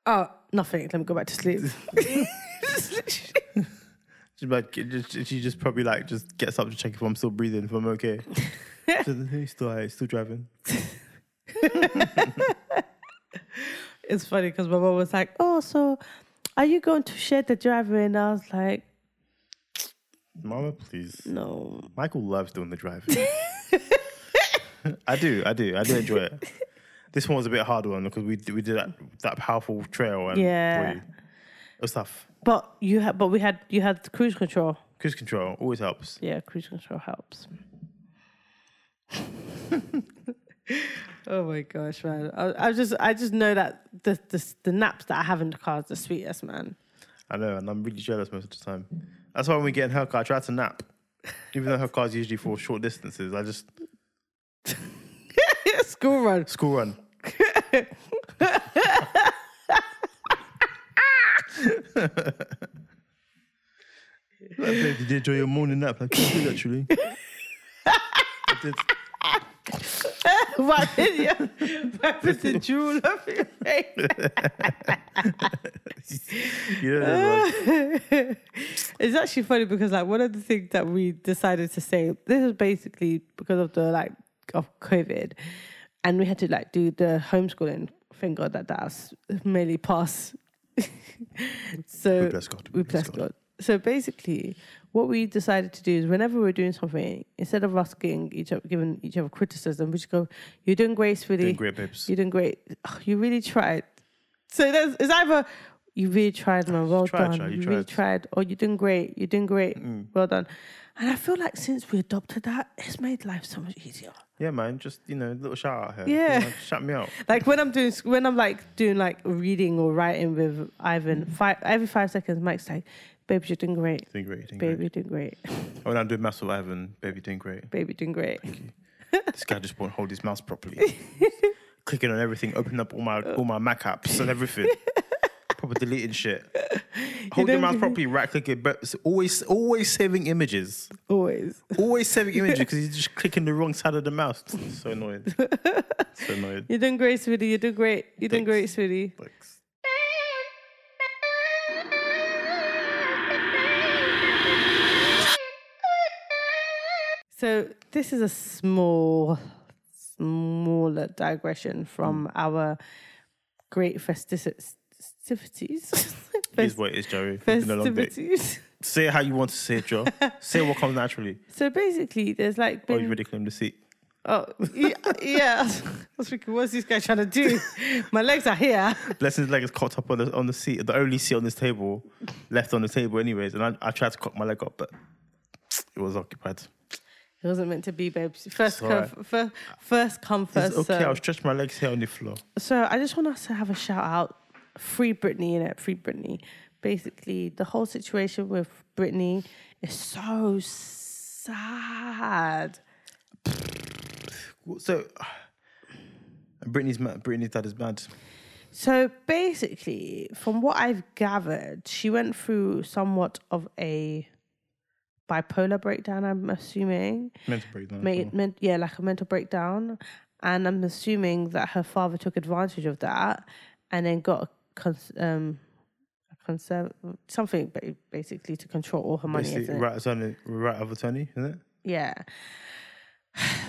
oh, nothing. Let me go back to sleep.
She's like, it just, she just probably like just gets up to check if I'm still breathing, if I'm okay. so, he's still, alright, still driving.
it's funny because my mom was like, oh, so are you going to share the driver? And I was like,
Mama, please.
no.
Michael loves doing the driving. I do, I do, I do enjoy it. This one was a bit harder one because we did- we did that, that powerful trail and
Yeah.
boy, it was tough.
But you had, but we had, you had cruise control.
Cruise control always helps.
Yeah, cruise control helps. oh my gosh, man! I, I just, I just know that the, the the naps that I have in the car is the sweetest, man.
I know, and I'm really jealous most of the time. That's why when we get in her car, I try to nap, even though her car's usually for short distances. I just
School run.
school run. Like, "Babe, did you enjoy your morning nap? Like, I did actually. I did.
Why did you purpose the jewel of your face?
You know
Uh,
that,
it's actually funny because like one of the things that we decided to say this is basically because of the like of covid and we had to like do the homeschooling thank god that that's mainly pass so
We bless God.
we bless god so basically what we decided to do is whenever we're doing something instead of us getting each other giving each other criticism we just go you're doing gracefully
Doing great, babes.
you're doing great oh, you really tried so there's it's either you really tried man well
tried, Mm.
done
child,
you,
you
really tried or you're doing great you're doing great well done and i feel like since we adopted that it's made life so much easier
Yeah, man. Just you know, little shout out here.
Yeah.
You know, shout me out.
like when i'm doing when i'm like doing like reading or writing with ivan
Mm.
five every five seconds mike's like babe you're doing great
Doing great. Doing
babe
great. Oh,
you're doing great
When I'm doing maths with Ivan, baby, doing great.
babe you're doing great
This guy just won't hold his mouse properly. Clicking on everything, opening up all my all my Mac apps and everything. Proper deleting shit. Hold your
don't
mouse
delete-
properly, right click it, but it's always always saving images.
always
Always saving images because he's just clicking the wrong side of the mouse. So annoyed. so annoyed.
you're doing great sweetie you're doing great you're doing great
Thanks.
sweetie
Like,
So this is a small, smaller digression from
Hmm.
our great festis- festivities.
it is what it is, Joey. It's been a long day.
festivities.
Say it how you want to say it, Joe. say what comes naturally.
So basically, there's like
Or Oh, you
been
already claimed the seat.
oh, yeah, yeah. I was thinking, what's this guy trying to do? My legs are here.
Blessing's leg is cocked up on the on the seat, the only seat on this table, left on the table, anyways. And I, I tried to cock my leg up, but it was occupied.
It wasn't meant to be, babes. First come,
alright.
first, first come, first
It's okay,
served.
I'll stretch my legs here on the floor.
So I just want us to have a shout out. Free Britney in it. Free Britney. Basically, the whole situation with Britney is so sad.
So, Brittany's mad. Brittany's dad is mad.
So basically, from what I've gathered, she went through somewhat of a bipolar breakdown. I'm assuming,
Mental breakdown.
Ma- men- yeah, like a mental breakdown, and I'm assuming that her father took advantage of that, and then got a cons- um, a conserv- something ba- basically to control all her money.
Basically,
isn't it?
right, attorney, right of attorney, isn't it?
Yeah.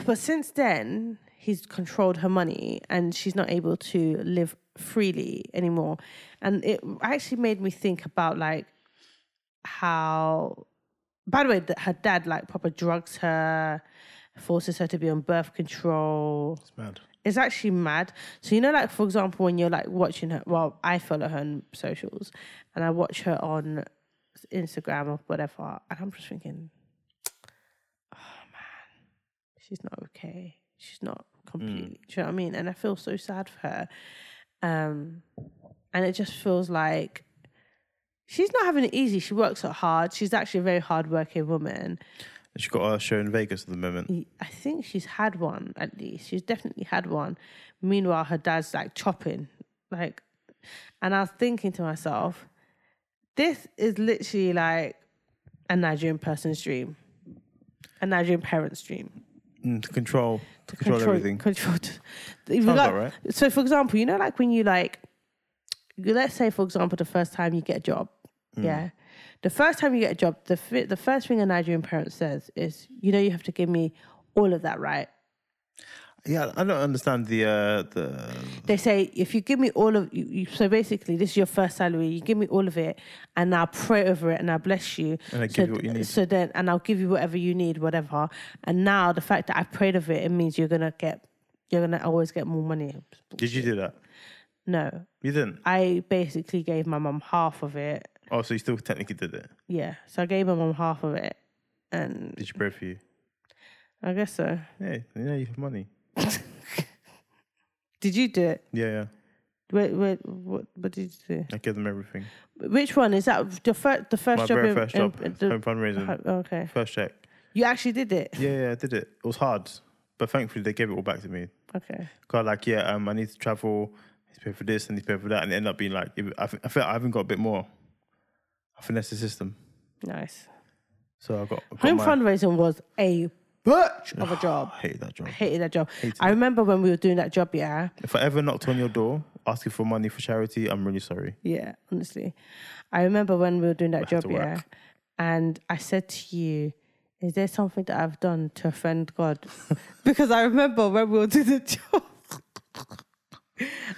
But since then, he's controlled her money and she's not able to live freely anymore. And it actually made me think about like how, by the way, that her dad like proper drugs her, forces her to be on birth control.
It's mad.
It's actually mad. So you know, like for example, when you're like watching her, well, I follow her on socials, and I watch her on Instagram or whatever, and I'm just thinking, oh man, she's not okay. She's not completely. Do you know what I mean? And I feel so sad for her. Um, and it just feels like she's not having it easy. She works hard. She's actually a very hardworking woman.
She got a show in Vegas at the moment.
I think she's had one at least. She's definitely had one. Meanwhile, her dad's like chopping, like, and I was thinking to myself, this is literally like a Nigerian person's dream, a Nigerian parent's dream
Mm, to control, to control, everything.
controlled. If you
Sounds
like-
alright.
So, for example, you know, like when you like, you- let's say, for example, the first time you get a job,
Mm.
yeah, the first time you get a job, the fi- the first thing a Nigerian parent says is, you know, you have to give me all of that, right?
yeah, I don't understand the uh, the
They say if you give me all of you, you, so basically this is your first salary. You give me all of it, and I'll pray over it, and I'll bless you.
And I give
so,
you what you need.
So then, and I'll give you whatever you need, whatever. And now the fact that I prayed over it, it means you're gonna get, you're gonna always get more money.
Did you do that?
No,
You didn't.
I basically gave my mum half of it.
Oh, so you still technically did it.
Yeah, so I gave my mum half of it, and
Did she pray for you?
I guess so.
Yeah, you know you have money.
Did you do it?
Yeah, yeah.
Wait, wait, what, what did you do?
I give them everything.
Which one is that? The first, the first
My
job.
very
in-
first
in-
job,
in the-
home fundraising,
okay,
first check.
you actually did it.
Yeah, yeah, I did it. It was hard, but thankfully they gave it all back to me.
Okay.
Cause like, yeah, um, I need to travel. He's paid for this and he's paid for that, and it ended up being like, I, think- I feel I haven't got a bit more. I finessed the system,
Nice.
so I got, I got
Home
my,
fundraising was a of a job.
I hate that job.
Hated that job. I remember when we were doing that job, yeah.
If I ever knocked on your door asking for money for charity, I'm really sorry.
Yeah, honestly. I remember when we were doing that
have
job,
to
yeah.
work.
And I said to you, is there something that I've done to offend God? because I remember when we were doing the job.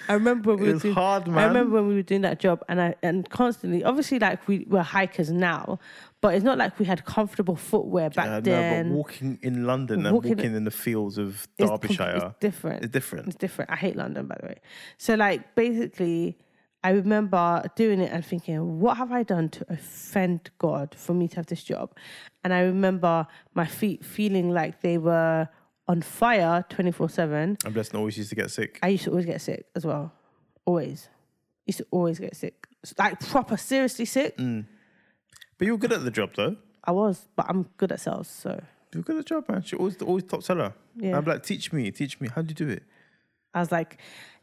I remember when we
It
were
was
doing,
hard,
I
man.
remember when we were doing that job and I and constantly obviously like we were hikers now, but it's not like we had comfortable footwear back
Uh, no,
then.
but walking in London and
Walking-
walking in the fields of
It's com-
Derbyshire
It's different.
is different.
It's different. I hate London, by the way. So, like, basically, I remember doing it and thinking, what have I done to offend God for me to have this job? And I remember my feet feeling like they were on fire 24 7.
And Blessing always used to get sick.
I used to always get sick as well. Always. Used to always get sick. Like, proper, seriously sick.
But you're good at the job, though.
I was, but I'm good at sales. So,
You're good at the job, man. She always always top seller.
Yeah.
I'm like, teach me, teach me. How do you do it?
I was like,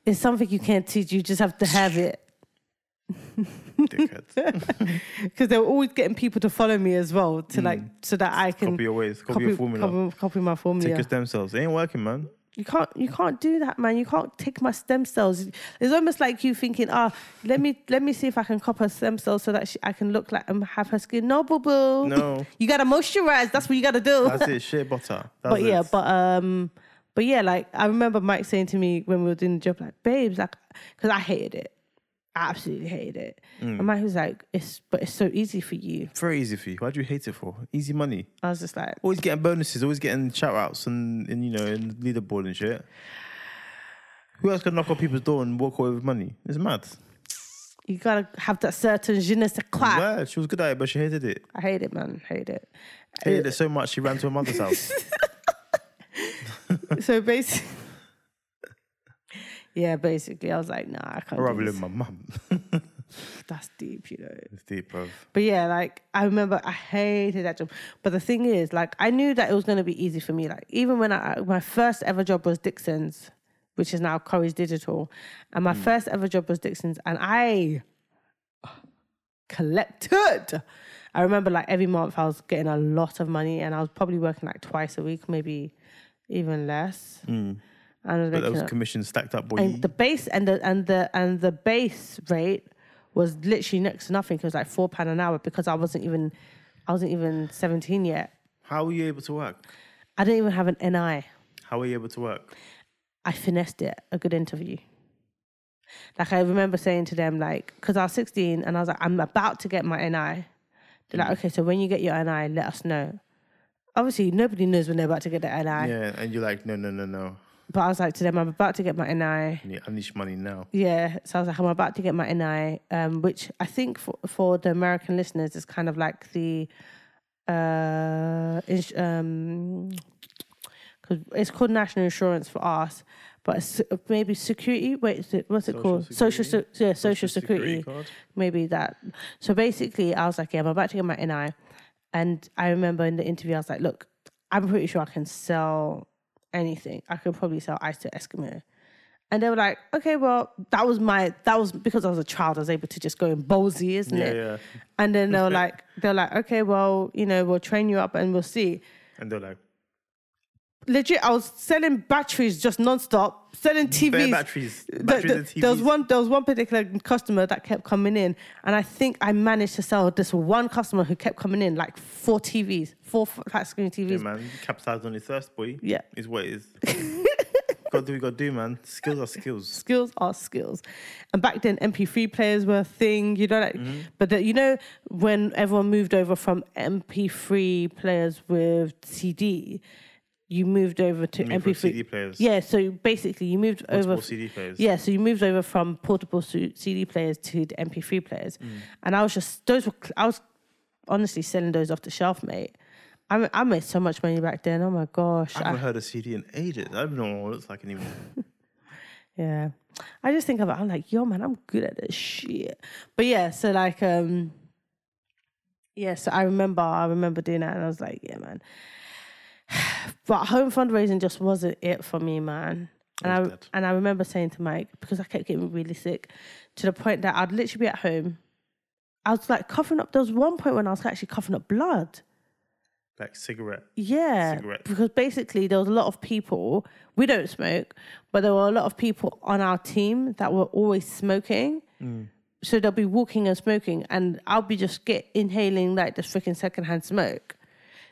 it's something you can't teach. You just have to have it.
Dickheads.
because they were always getting people to follow me as well to like so that I can
copy your ways, copy, your formula.
Copy, copy my
Take
formula.
your stem cells. It ain't working, man.
you can't you can't do that, man. You can't take my stem cells. It's almost like you thinking, ah, let me let me see if I can cop her stem cells so that she, I can look like and have her skin. No, boo boo.
No.
you gotta moisturize. That's what you gotta do.
That's it. Shea butter. That's
but yeah,
it.
but um, but yeah, like I remember Mike saying to me when we were doing the job, like, babes, like, because I hated it. I absolutely hated it.
Mm.
And Mike was like, it's but it's so easy for you.
very easy for you. Why do you hate it for? Easy money.
I was just like,
Always getting bonuses. Always getting shout outs and, and you know and leaderboard and shit. Who else can knock on people's door and walk away with money? It's mad.
You gotta have that certain je ne sais quoi.
Wow, she was good at it, but she hated it.
I hate it, man. Hate it.
Hated it so much she ran to her mother's house.
So basically, yeah, basically, I was like, nah, I can't.
I'd
Do
rather live
this.
with my mum.
That's deep, you know.
It's deep, bruv.
But yeah, like I remember, I hated that job. But the thing is, like, I knew that it was gonna be easy for me. Like, even when I my first ever job was Dixon's, which is now Curry's Digital, and my first ever job was Dixon's, and I collected. I remember like every month I was getting a lot of money and I was probably working like twice a week, maybe even less. And I was
But
making
those
a-
commissions stacked up, boy.
and the base and the and the and the base rate was literally next to nothing. It was like four pound an hour because I wasn't even I wasn't even seventeen yet.
How were you able to work?
I didn't even have an NI.
How were you able to work?
I finessed it. A good interview. Like I remember saying to them, like, because I was sixteen and I was like, I'm about to get my NI. They're like, okay, so when you get your NI, let us know. Obviously, nobody knows when they're about to get their NI.
Yeah, and you're like, no, no, no, no.
But I was like to them, I'm about to get my NI.
I need- I need money now.
Yeah, so I was like, I'm about to get my NI, um, which I think for, for the American listeners is kind of like the, uh, ins- um, 'cause it's called national insurance for us, but it's uh, maybe security. Wait, is it- what's it called? Social, se- yeah, social, security
card.
maybe that. So basically, I was like, yeah, I'm about to get my NI. And I remember in the interview, I was like, look, I'm pretty sure I can sell anything. I could probably sell ice to Eskimo. And they were like, okay, well, that was my, that was because I was a child, I was able to just go in ballsy, isn't
Yeah,
it?
yeah.
And then they were like, they're like, okay, well, you know, we'll train you up and we'll see.
And they're like,
Legit, I was selling batteries just nonstop, selling TVs.
bare batteries.
The-
Batteries
the-
and TVs.
There was one. There was one particular customer that kept coming in, and I think I managed to sell this one customer who kept coming in like four TVs, four flat screen
Yeah,
TVs.
man. Capitalized on his thirst, boy.
Yeah.
Is what it is. gotta do what we gotta do, man. Skills are skills.
skills are skills, and back then MP3 players were a thing. You know, like, but the, you know when everyone moved over from MP3 players with CD, you moved over to
I mean,
MP3.
for CD players.
Yeah, so basically you moved
Multiple
over.
CD players.
Yeah, so you moved over from portable su- CD players to the MP3 players,
Mm.
and I was just those were cl- I was honestly selling those off the shelf, mate. I ma- I made so much money back then. Oh my gosh,
I haven't
I,
heard a CD in ages. I don't know what it looks like anymore.
yeah. I just think about I'm like, yo, man, I'm good at this shit. But yeah, so like, um, yeah, so I remember, I remember doing that, and I was like, yeah, man. But home fundraising just wasn't it for me, man. And
It
I
was dead.
and I remember saying to Mike because I kept getting really sick to the point that I'd literally be at home. I was like coughing up. There was one point when I was actually coughing up blood.
like cigarette.
Yeah,
Cigarette.
because basically there was a lot of people. We don't smoke, but there were a lot of people on our team that were always smoking.
Mm.
So they'll be walking and smoking, and I'll be just get inhaling like this freaking secondhand smoke.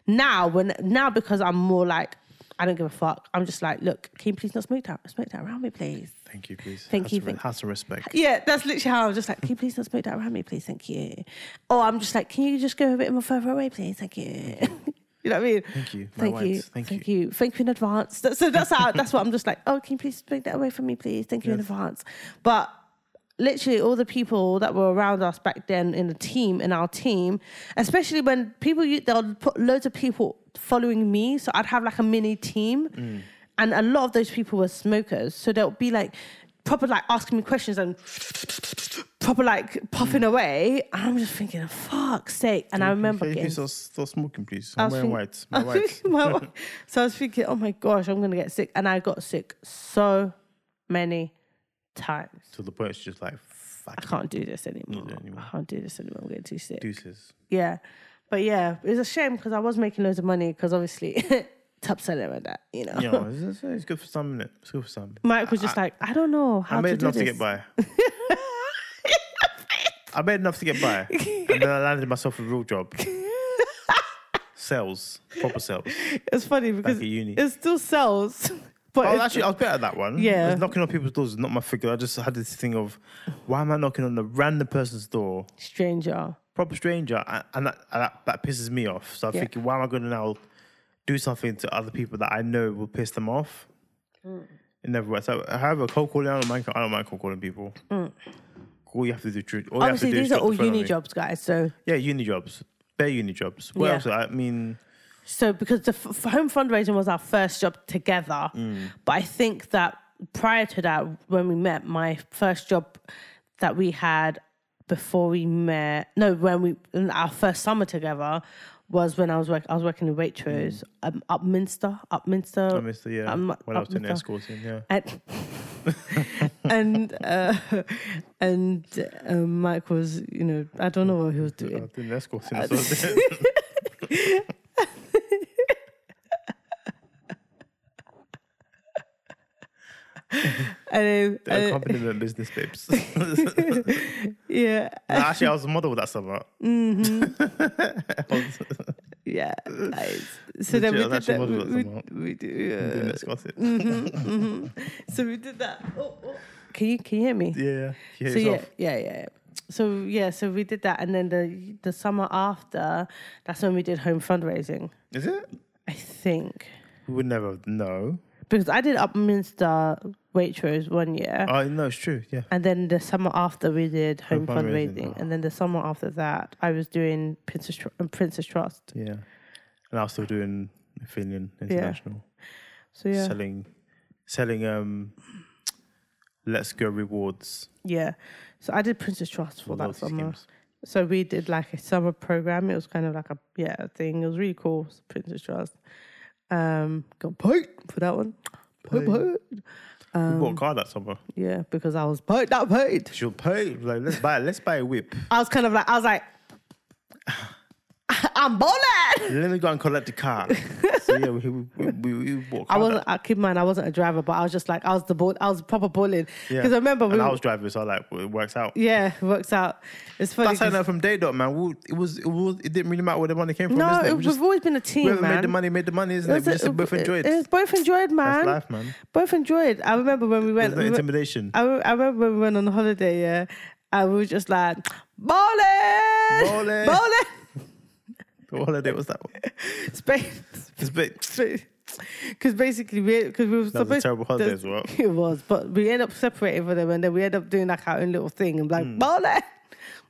Now, when now because I'm more like I don't give a fuck. I'm just like, look, can you please not smoke that smoke that around me, please?
Thank you, please.
Thank
Have
you,
Some,
thank-
have some respect.
Yeah, that's literally how I'm just like, can you please not smoke that around me, please? Thank you. Or I'm just like, can you just go a bit more further away, please? Thank you. you know what I mean?
Thank you, my
Thank you.
whites. Thank
Thank you. Thank you in advance. That- So that's how that's what I'm just like, oh, can you please take that away from me, please? Thank you in advance. But literally all the people that were around us back then in the team, in our team, especially when people u- they'll put loads of people following me. So I'd have like a mini team.
Mm.
And a lot of those people were smokers. So they'll be like proper like asking me questions and proper like puffing away. And I'm just thinking, fuck's sake. And I remember
Can Mm. you
getting
please stop, stop smoking, please?
I
I'm
was
wearing
think-
white.
I
My
was
white.
thinking my wi- so I was thinking, oh my gosh, I'm gonna get sick, and I got sick so many times.
to the point, it's just like,
I
fuck,
can't do this anymore.
do it anymore.
I can't do this anymore. I'm getting too sick.
deuces.
Yeah, but yeah, it's a shame because I was making loads of money because obviously top seller and that, you know.
You know, it's, it's- it's good for some, innit? It's good for some.
Mike was just like, I don't know how
I made
to do
enough
this.
to get by. I made enough to get by. And then I landed myself a real job. sales. Proper sales.
It's funny because
at uni.
it still sells, but
Oh,
it's-
actually, I was better at that one.
Yeah.
I was knocking on people's doors is not my figure. I just had this thing of, why am I knocking on the random person's door?
stranger.
Proper stranger. And, and, that, and that, that pisses me off. So I'm
Yeah.
thinking, why am I going to now do something to other people that I know will piss them off?
Mm.
It never works out. However, cold calling, I don't mind, I don't mind cold calling people. All you have to do, all you have to
Mm. Obviously,
do is
these are
drop the
all
phone on
uni
me.
jobs, guys. So
Yeah, uni jobs. Bare uni jobs. What
Yeah.
else? I mean,
So because the f- home fundraising was our first job together, but I think that prior to that, when we met, my first job that we had before we met, no, when we in our first summer together was when I was work I was working in Waitrose, um, Upminster, Upminster,
I missed the, yeah,
Um,
when I was doing
Upminster.
escorting, yeah.
And and uh, and uh, Mike was, you know, I don't know what he was
I
doing.
was doing
Uh,
escorting. that's what I was doing.
And, then- and then-
accompaniment business, babes.
yeah,
No, actually, I was a model that summer.
Uh, Yeah. I- so then
Legit,
we did
I uh, was actually
that. We,
modelled at
we,
some point.
we do,
Doing
yeah.
this gossip.
mm. So we did that. Oh, oh. Can you can you hear me?
Yeah, yeah.
so yeah, yeah, yeah. yeah. So yeah, so we did that, and then the the summer after, that's when we did home fundraising.
Is it?
I think
We would never know.
because I did Upminster Waitrose one year,
Oh, no, it's true. Yeah.
and then the summer after we did home
Home fundraising. oh.
fundraising, and then the summer after that I was doing Princess Tr- um, Princess Trust.
Yeah. And I was still doing Finland International.
So yeah,
Selling, selling, um, Let's Go rewards
yeah. So I did Princess Trust for
for
that
loyalty
summer.
schemes.
So we did like a summer program. It was kind of like a yeah thing. It was really cool. It was Princess Trust. Um, got paid for that one. Paid, paid.
we
Um,
bought a car that summer.
Yeah, because I was paid. That paid.
She'll pay. Like, let's buy, let's buy a whip.
I was kind of like I was like, I'm balling.
Let me go and collect the car. so yeah, we, we, we, we bought. A car
I
that
wasn't. I keep in mind, I wasn't a driver, but I was just like I was the ball. I was proper balling
Yeah.
because I remember we.
and I was driving, so I like well, it works out.
yeah, it works out. It's funny.
That's how I
'cause-
know from day dot, man. We, it was it was it didn't really matter where the money came from.
no,
isn't it?
it,
we
we've
just
always been a team,
whoever
man.
made the money made the money, isn't it?
It
We
was-
just both enjoyed.
It was both enjoyed, man.
life, man.
Both enjoyed. I remember when we went.
There's no
we went-
intimidation.
I, re- I remember when we went on holiday, yeah, and we were just like, bowling,
Bowling.
bowling,
The holiday was that one.
space,
It's big.
because basically we because we were
That was a
supposed
terrible holiday
there's-
as well.
It was, but we end up separating from them, and then we end up doing like our own little thing and like
Hmm.
bowling,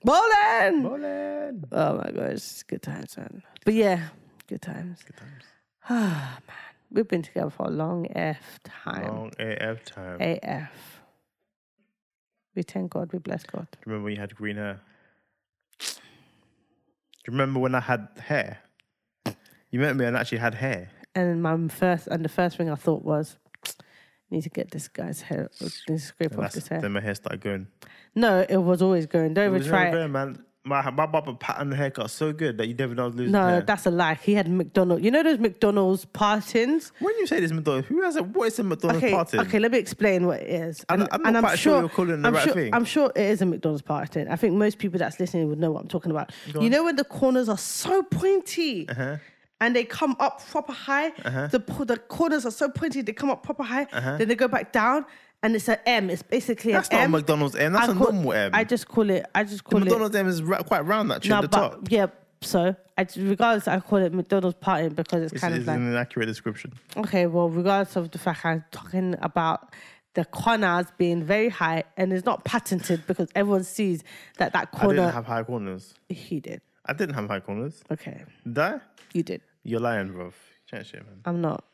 bowling.
Bowling.
Oh my gosh, good times, man. But yeah, good times. Good times. Ah man, we've been together for a long f time.
Long AF time.
AF. We thank God. We bless God.
Remember when you had green hair? Do you remember when I had hair? You met me and actually had hair.
And my first and the first thing I thought was, need to get this guy's hair, need to scrape
And
off
that's
this hair.
then my hair started going.
No, it was always going. Don't
It
ever
was
try
never
it.
going, man. my my barber patterned the haircut so good that you never know I was losing
No,
hair.
that's a lie. He had McDonald's. You know those McDonald's partings?
when you say this McDonald's, who has a what is a McDonald's
Okay,
party?
okay. Let me explain what it is.
I'm- I'm not quite sure you're calling the
I'm
right
sure,
thing.
I'm sure it is a McDonald's parting. I think most people that's listening would know what I'm talking about. you know when the corners are so pointy.
Uh-huh.
And they come up proper high. The po- the corners are so pointy. They come up proper high. Then they go back down, and it's an M. It's basically
Uh-huh. That's
an
not a
M.
McDonald's M. That's
I
a
call-
normal M.
I just call it. I just call it.
McDonald's M is ra- quite round actually
No,
at the
but
top.
yeah. So, I, regardless, I call it McDonald's parting because it's,
It's,
kind
it's
of like
an inaccurate description.
okay. Well, regardless of the fact I'm talking about the corners being very high and it's not patented because everyone sees that that
I didn't
corner
have high corners.
he did.
I didn't have high corners.
Okay,
Did I?
you did.
You're lying, bruv. Chat shit, man.
I'm not.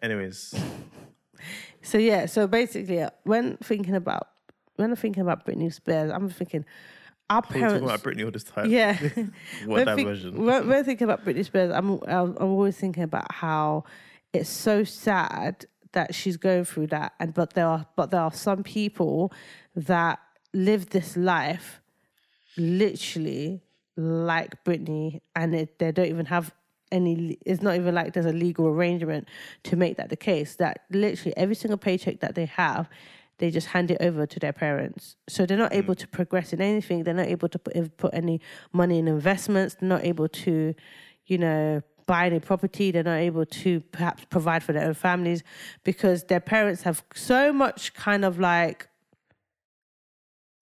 Anyways,
So yeah. So basically, uh, when thinking about when I'm thinking about Britney Spears, I'm thinking our
we were talking
parents.
about Britney all this time.
Yeah.
What
When think-
diversion?
when, when I think about Britney Spears, I'm I'm always thinking about how it's so sad that she's going through that, and but there are but there are some people that live this life literally like Britney, and it, they don't even have any. It's not even like there's a legal arrangement to make that the case. That literally every single paycheck that they have, they just hand it over to their parents. So they're not able to progress in anything. They're not able to put, put any money in investments. They're not able to, you know. Buy any property, they're not able to perhaps provide for their own families because their parents have so much kind of like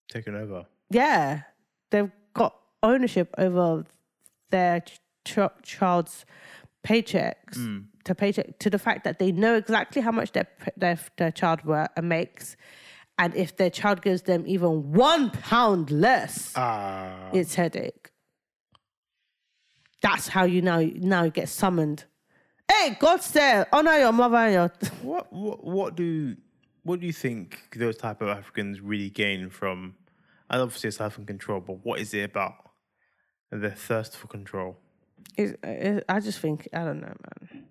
Taking over.
yeah, they've got ownership over their ch- ch- child's paychecks to paycheck to the fact that they know exactly how much their p- their, their child work and makes, and if their child gives them even one pound less,
Ah.
it's headache. That's how you now now you get summoned. Hey, God's there. Honor your mother and your.
What, what what do what do you think those type of Africans really gain from? And obviously, it's having control, but what is it about their thirst for control?
It's, it, I just think I don't know, man,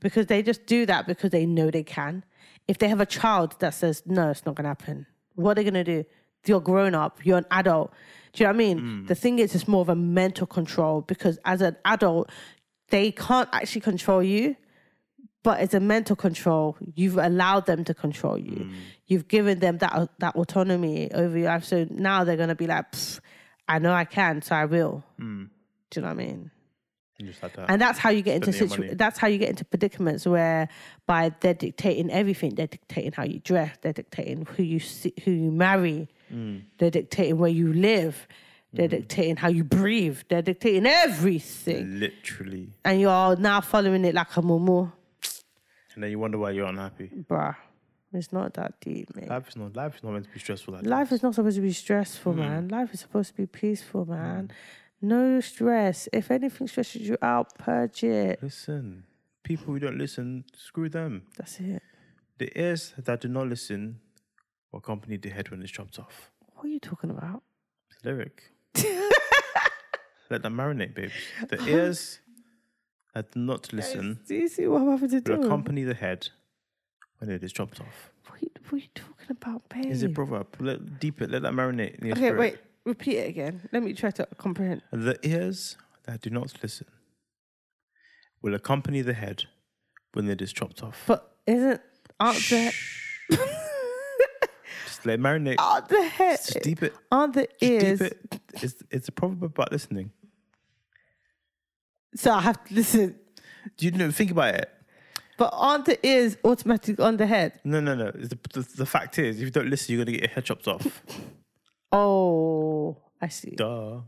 because they just do that because they know they can. If they have a child that says no, it's not gonna happen. What are they gonna do? You're grown up. You're an adult. Do you know what I mean? The thing is, it's more of a mental control because as an adult, they can't actually control you, but it's a mental control. You've allowed them to control you. You've given them that that autonomy over your life. So now they're gonna be like, "Pfft, I know I can, so I will. Do you know what I mean?
You Just like that.
and that's how you get into
Spending your money.
situ- that's how you get into predicaments where by they're dictating everything they're dictating how you dress they're dictating who you see, who you marry
Mm.
they're dictating where you live they're dictating how you breathe they're dictating everything
Literally,
and you're now following it like a mumu
and then you wonder why you're unhappy.
bruh it's not that deep mate
Life is not life is not meant to be stressful. Like
life is not supposed to be
Mm.
stressful man life is supposed to be peaceful man no stress if anything stresses you out purge it
that. listen. People who don't listen, screw them.
that's it
The ears that do not listen will accompany the head when it's chopped off.
what are you talking about
It's a lyric. Let them marinate, babes.
Oh.
The ears that do not listen
Do you see what I'm having to do?
will accompany the head when it is chopped off.
what, are you, what are you talking about, babe?
Is it proverb? Let, deep it. Let that marinate in your
okay,
spirit.
wait. Repeat it again. Let me try to comprehend.
The ears that do not listen will accompany the head when it is chopped off.
But isn't aren't
Shh.
the
Just let it marinate.
aren't the head
Just deep it.
aren't the
Just
Oh, ears?
deep it. It's, it's a proverb about listening.
So I have to listen.
Do you know? Think about it.
But aren't the ears automatically on the head?
No, no, no. The, the, the fact is, if you don't listen, you're gonna get your head chopped off.
Oh, I see.
Duh.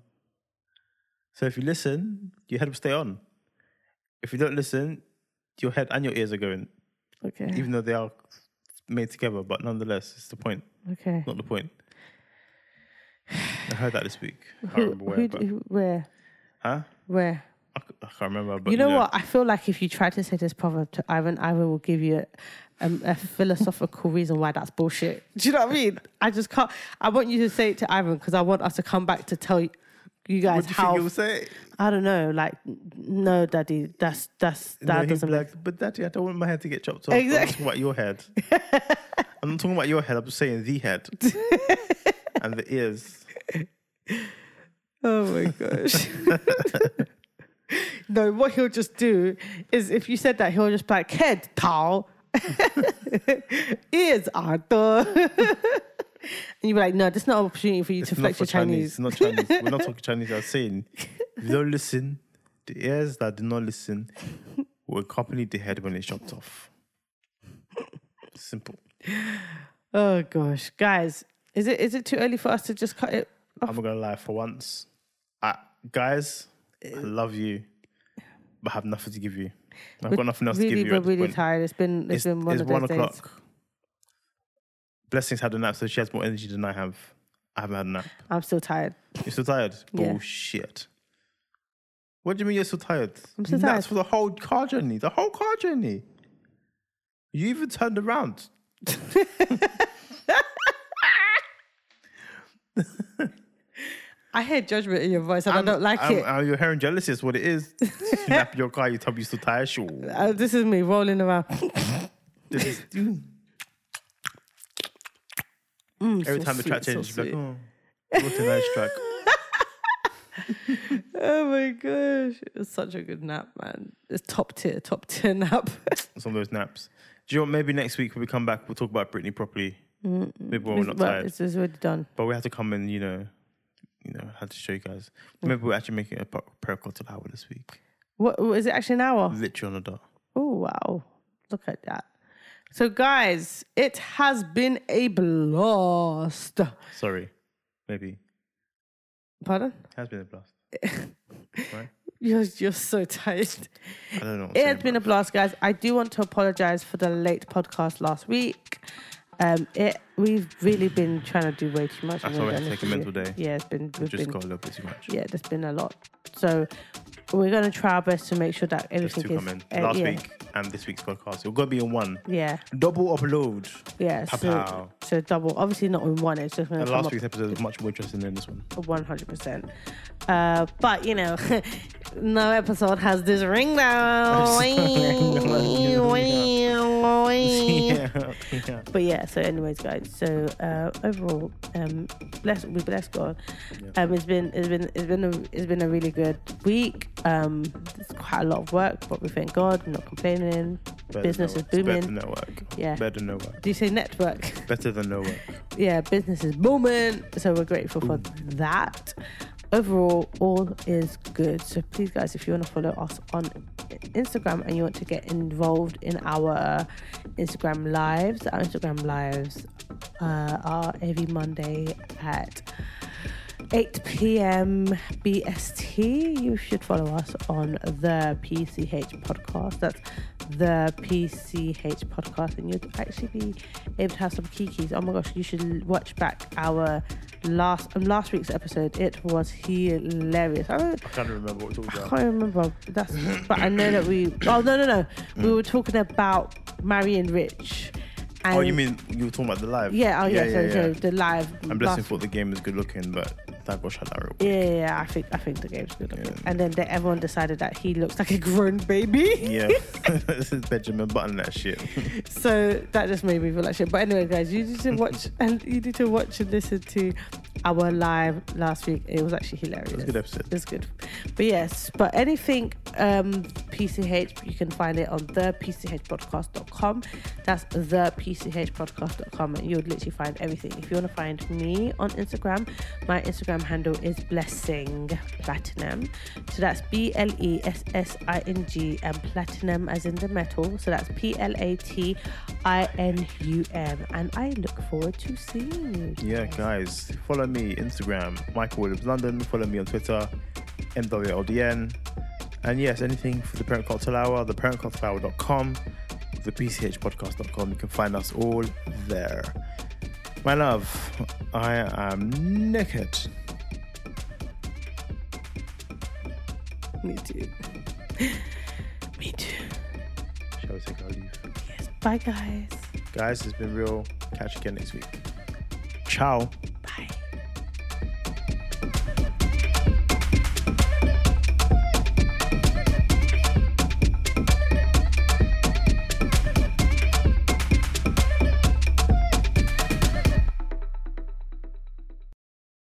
So if you listen, your head will stay on. If you don't listen, your head and your ears are going,
Okay.
even though they are made together. But nonetheless, it's the point,
okay.
not the point. I heard that this week. I can't
Who,
remember where,
who,
but,
who, where?
huh?
Where?
I, c- I can't remember. But
you know what? I feel like if you try to say this proverb to Ivan, Ivan will give you a, um, a philosophical reason why that's bullshit. Do you know what I mean? I just can't. I want you to say it to Ivan because I want us to come back to tell you, you guys
What do you
how.
think you'll say?
I don't know. Like, n- no, Daddy, that's that's
No,
that
he'd be
doesn't make.
like, but daddy, I don't want my head to get chopped off. I'm
Exact-
talking about your head. I'm not talking about your head. I'm just saying the head and the ears.
Oh my gosh. no, what he'll just do is if you said that, he'll just be like, head tall. Ears are the. and you'd be like, no, this is not an opportunity for you to
It's not
flex
for
your Chinese.
Chinese. It's not Chinese. We're not talking Chinese. I was saying, if you don't listen, the ears that do not listen will accompany the head when it's chopped off. Simple.
Oh gosh. Guys, is it is it too early for us to just cut it?
I'm not gonna lie. For once, I, guys, I love you, but I have nothing to give you. I've got nothing else to
really,
give you.
we're
at this
really
point.
tired. It's been
It's,
it's been one
it's
of
one
those days.
o'clock. Blessings had a nap, so she has more energy than I have. I haven't had a nap.
I'm still tired.
You're still tired?
Yeah.
Bullshit. What do you mean you're still tired?
I'm still tired.
That's for the whole car journey. The whole car journey. You even turned around.
I hear judgment in your voice and I'm, I
I'm-
do not like
I'm-
it.
I'm- you're um, uh, hearing jealousy is what it is. Snap your car, you tell me you're still tired. Sure.
Uh, this is me rolling around.
This is- Every time the track
sweet, Mm, so
changes, you're like, oh, what a nice track.
Oh my gosh. It was such a good nap, man. It's top tier, top tier nap.
Some of those naps. Do you know what? Maybe next week when we come back, we'll talk about Britney properly. Maybe when we're Oh, not
Well,
tired.
It's, it's already done.
But we had to come and, you know, you know, had to show you guys.
Mm.
Maybe we're actually making a pro- pericotal hour this week.
What what- is it actually an hour?
Literally on the dot.
Oh wow. Look at that. So guys, it has been a blast.
Sorry. Maybe.
Pardon?
Has been a blast. right?
You're you're so tired.
I don't know. what to
It
say
has been a
about
blast, guys. I do want to apologize for the late podcast last week. Um, it we've really been trying to do way too much.
That's
I'm gonna
why we had to
be
take a
honest with you.
mental day.
Yeah, it's been
it.
we've
Just
been
got a little bit too much.
yeah, there's been a lot. So we're gonna try our best to make sure that
There's
everything
two
is
coming.
uh,
Last
yeah,
week and this week's podcast. We're going to be in one.
Yeah,
Double upload.
yeah. So,
Pow-pow.
so double. Obviously not in one. It's just gonna
And
come
last
up
week's episode was much more interesting than this one.
100. percent uh, But you know, no episode has this ring now.
yeah. yeah.
But yeah, so anyways, guys. So uh, overall, um, bless we bless God. Um, it's been it's been it's been a it's been a really good week. Um, it's quite a lot of work, but we thank God. We're not complaining.
Better
business is
than no work. Better
booming.
than no work.
Yeah.
Better than no work.
Do you say network?
Better than no work.
yeah, business is booming. So we're grateful for that. Overall, all is good. So please, guys, if you want to follow us on Instagram and you want to get involved in our Instagram lives, our Instagram lives uh, are every Monday at 8 p.m. BST. You should follow us on the PCH podcast. That's the PCH podcast, and you'd actually be able to have some kikis. Oh my gosh, you should watch back our last um, last week's episode. It was hilarious. I don't,
I can't remember what we talked
I
about.
can't remember. That's but I know that we. Oh no no no,
Mm.
we were talking about marrying Rich. And
Oh, you mean you were talking about the live?
Yeah, oh yeah, so, so the live.
I'm blessing
last-
for the game is good looking, but that got shut out.
Yeah, yeah, yeah, I think I think the game's good. looking. And then they, everyone decided that he looks like a grown baby,
Yeah, this is Benjamin Button that shit.
so that just made me feel like shit. But anyway, guys, you need to watch and you need to watch and listen to our live last week. It was actually hilarious. It
was a good episode.
It was good. But yes, but anything um PCH, you can find it on the PCHpodcast.com. That's the PCHpodcast.com and you'll literally find everything. If you want to find me on Instagram, my Instagram handle is blessing platinum. So that's E B-L-E-S-S-I-N-G and platinum as in the metal. So that's P-L-A-T-I-N-U-M. And I look forward to seeing you.
Yeah, guys, follow me Instagram, Michael Williams London. Follow me on Twitter, MWLDN. And yes, anything for the Parent Cocktail Hour, the theparentcocktailhour.com, the pchpodcast.com. You can find us all there. My love, I am naked.
Me too. Me too.
Shall we take our leave?
Yes. Bye guys.
Guys, it's been real. Catch you again next week. Ciao.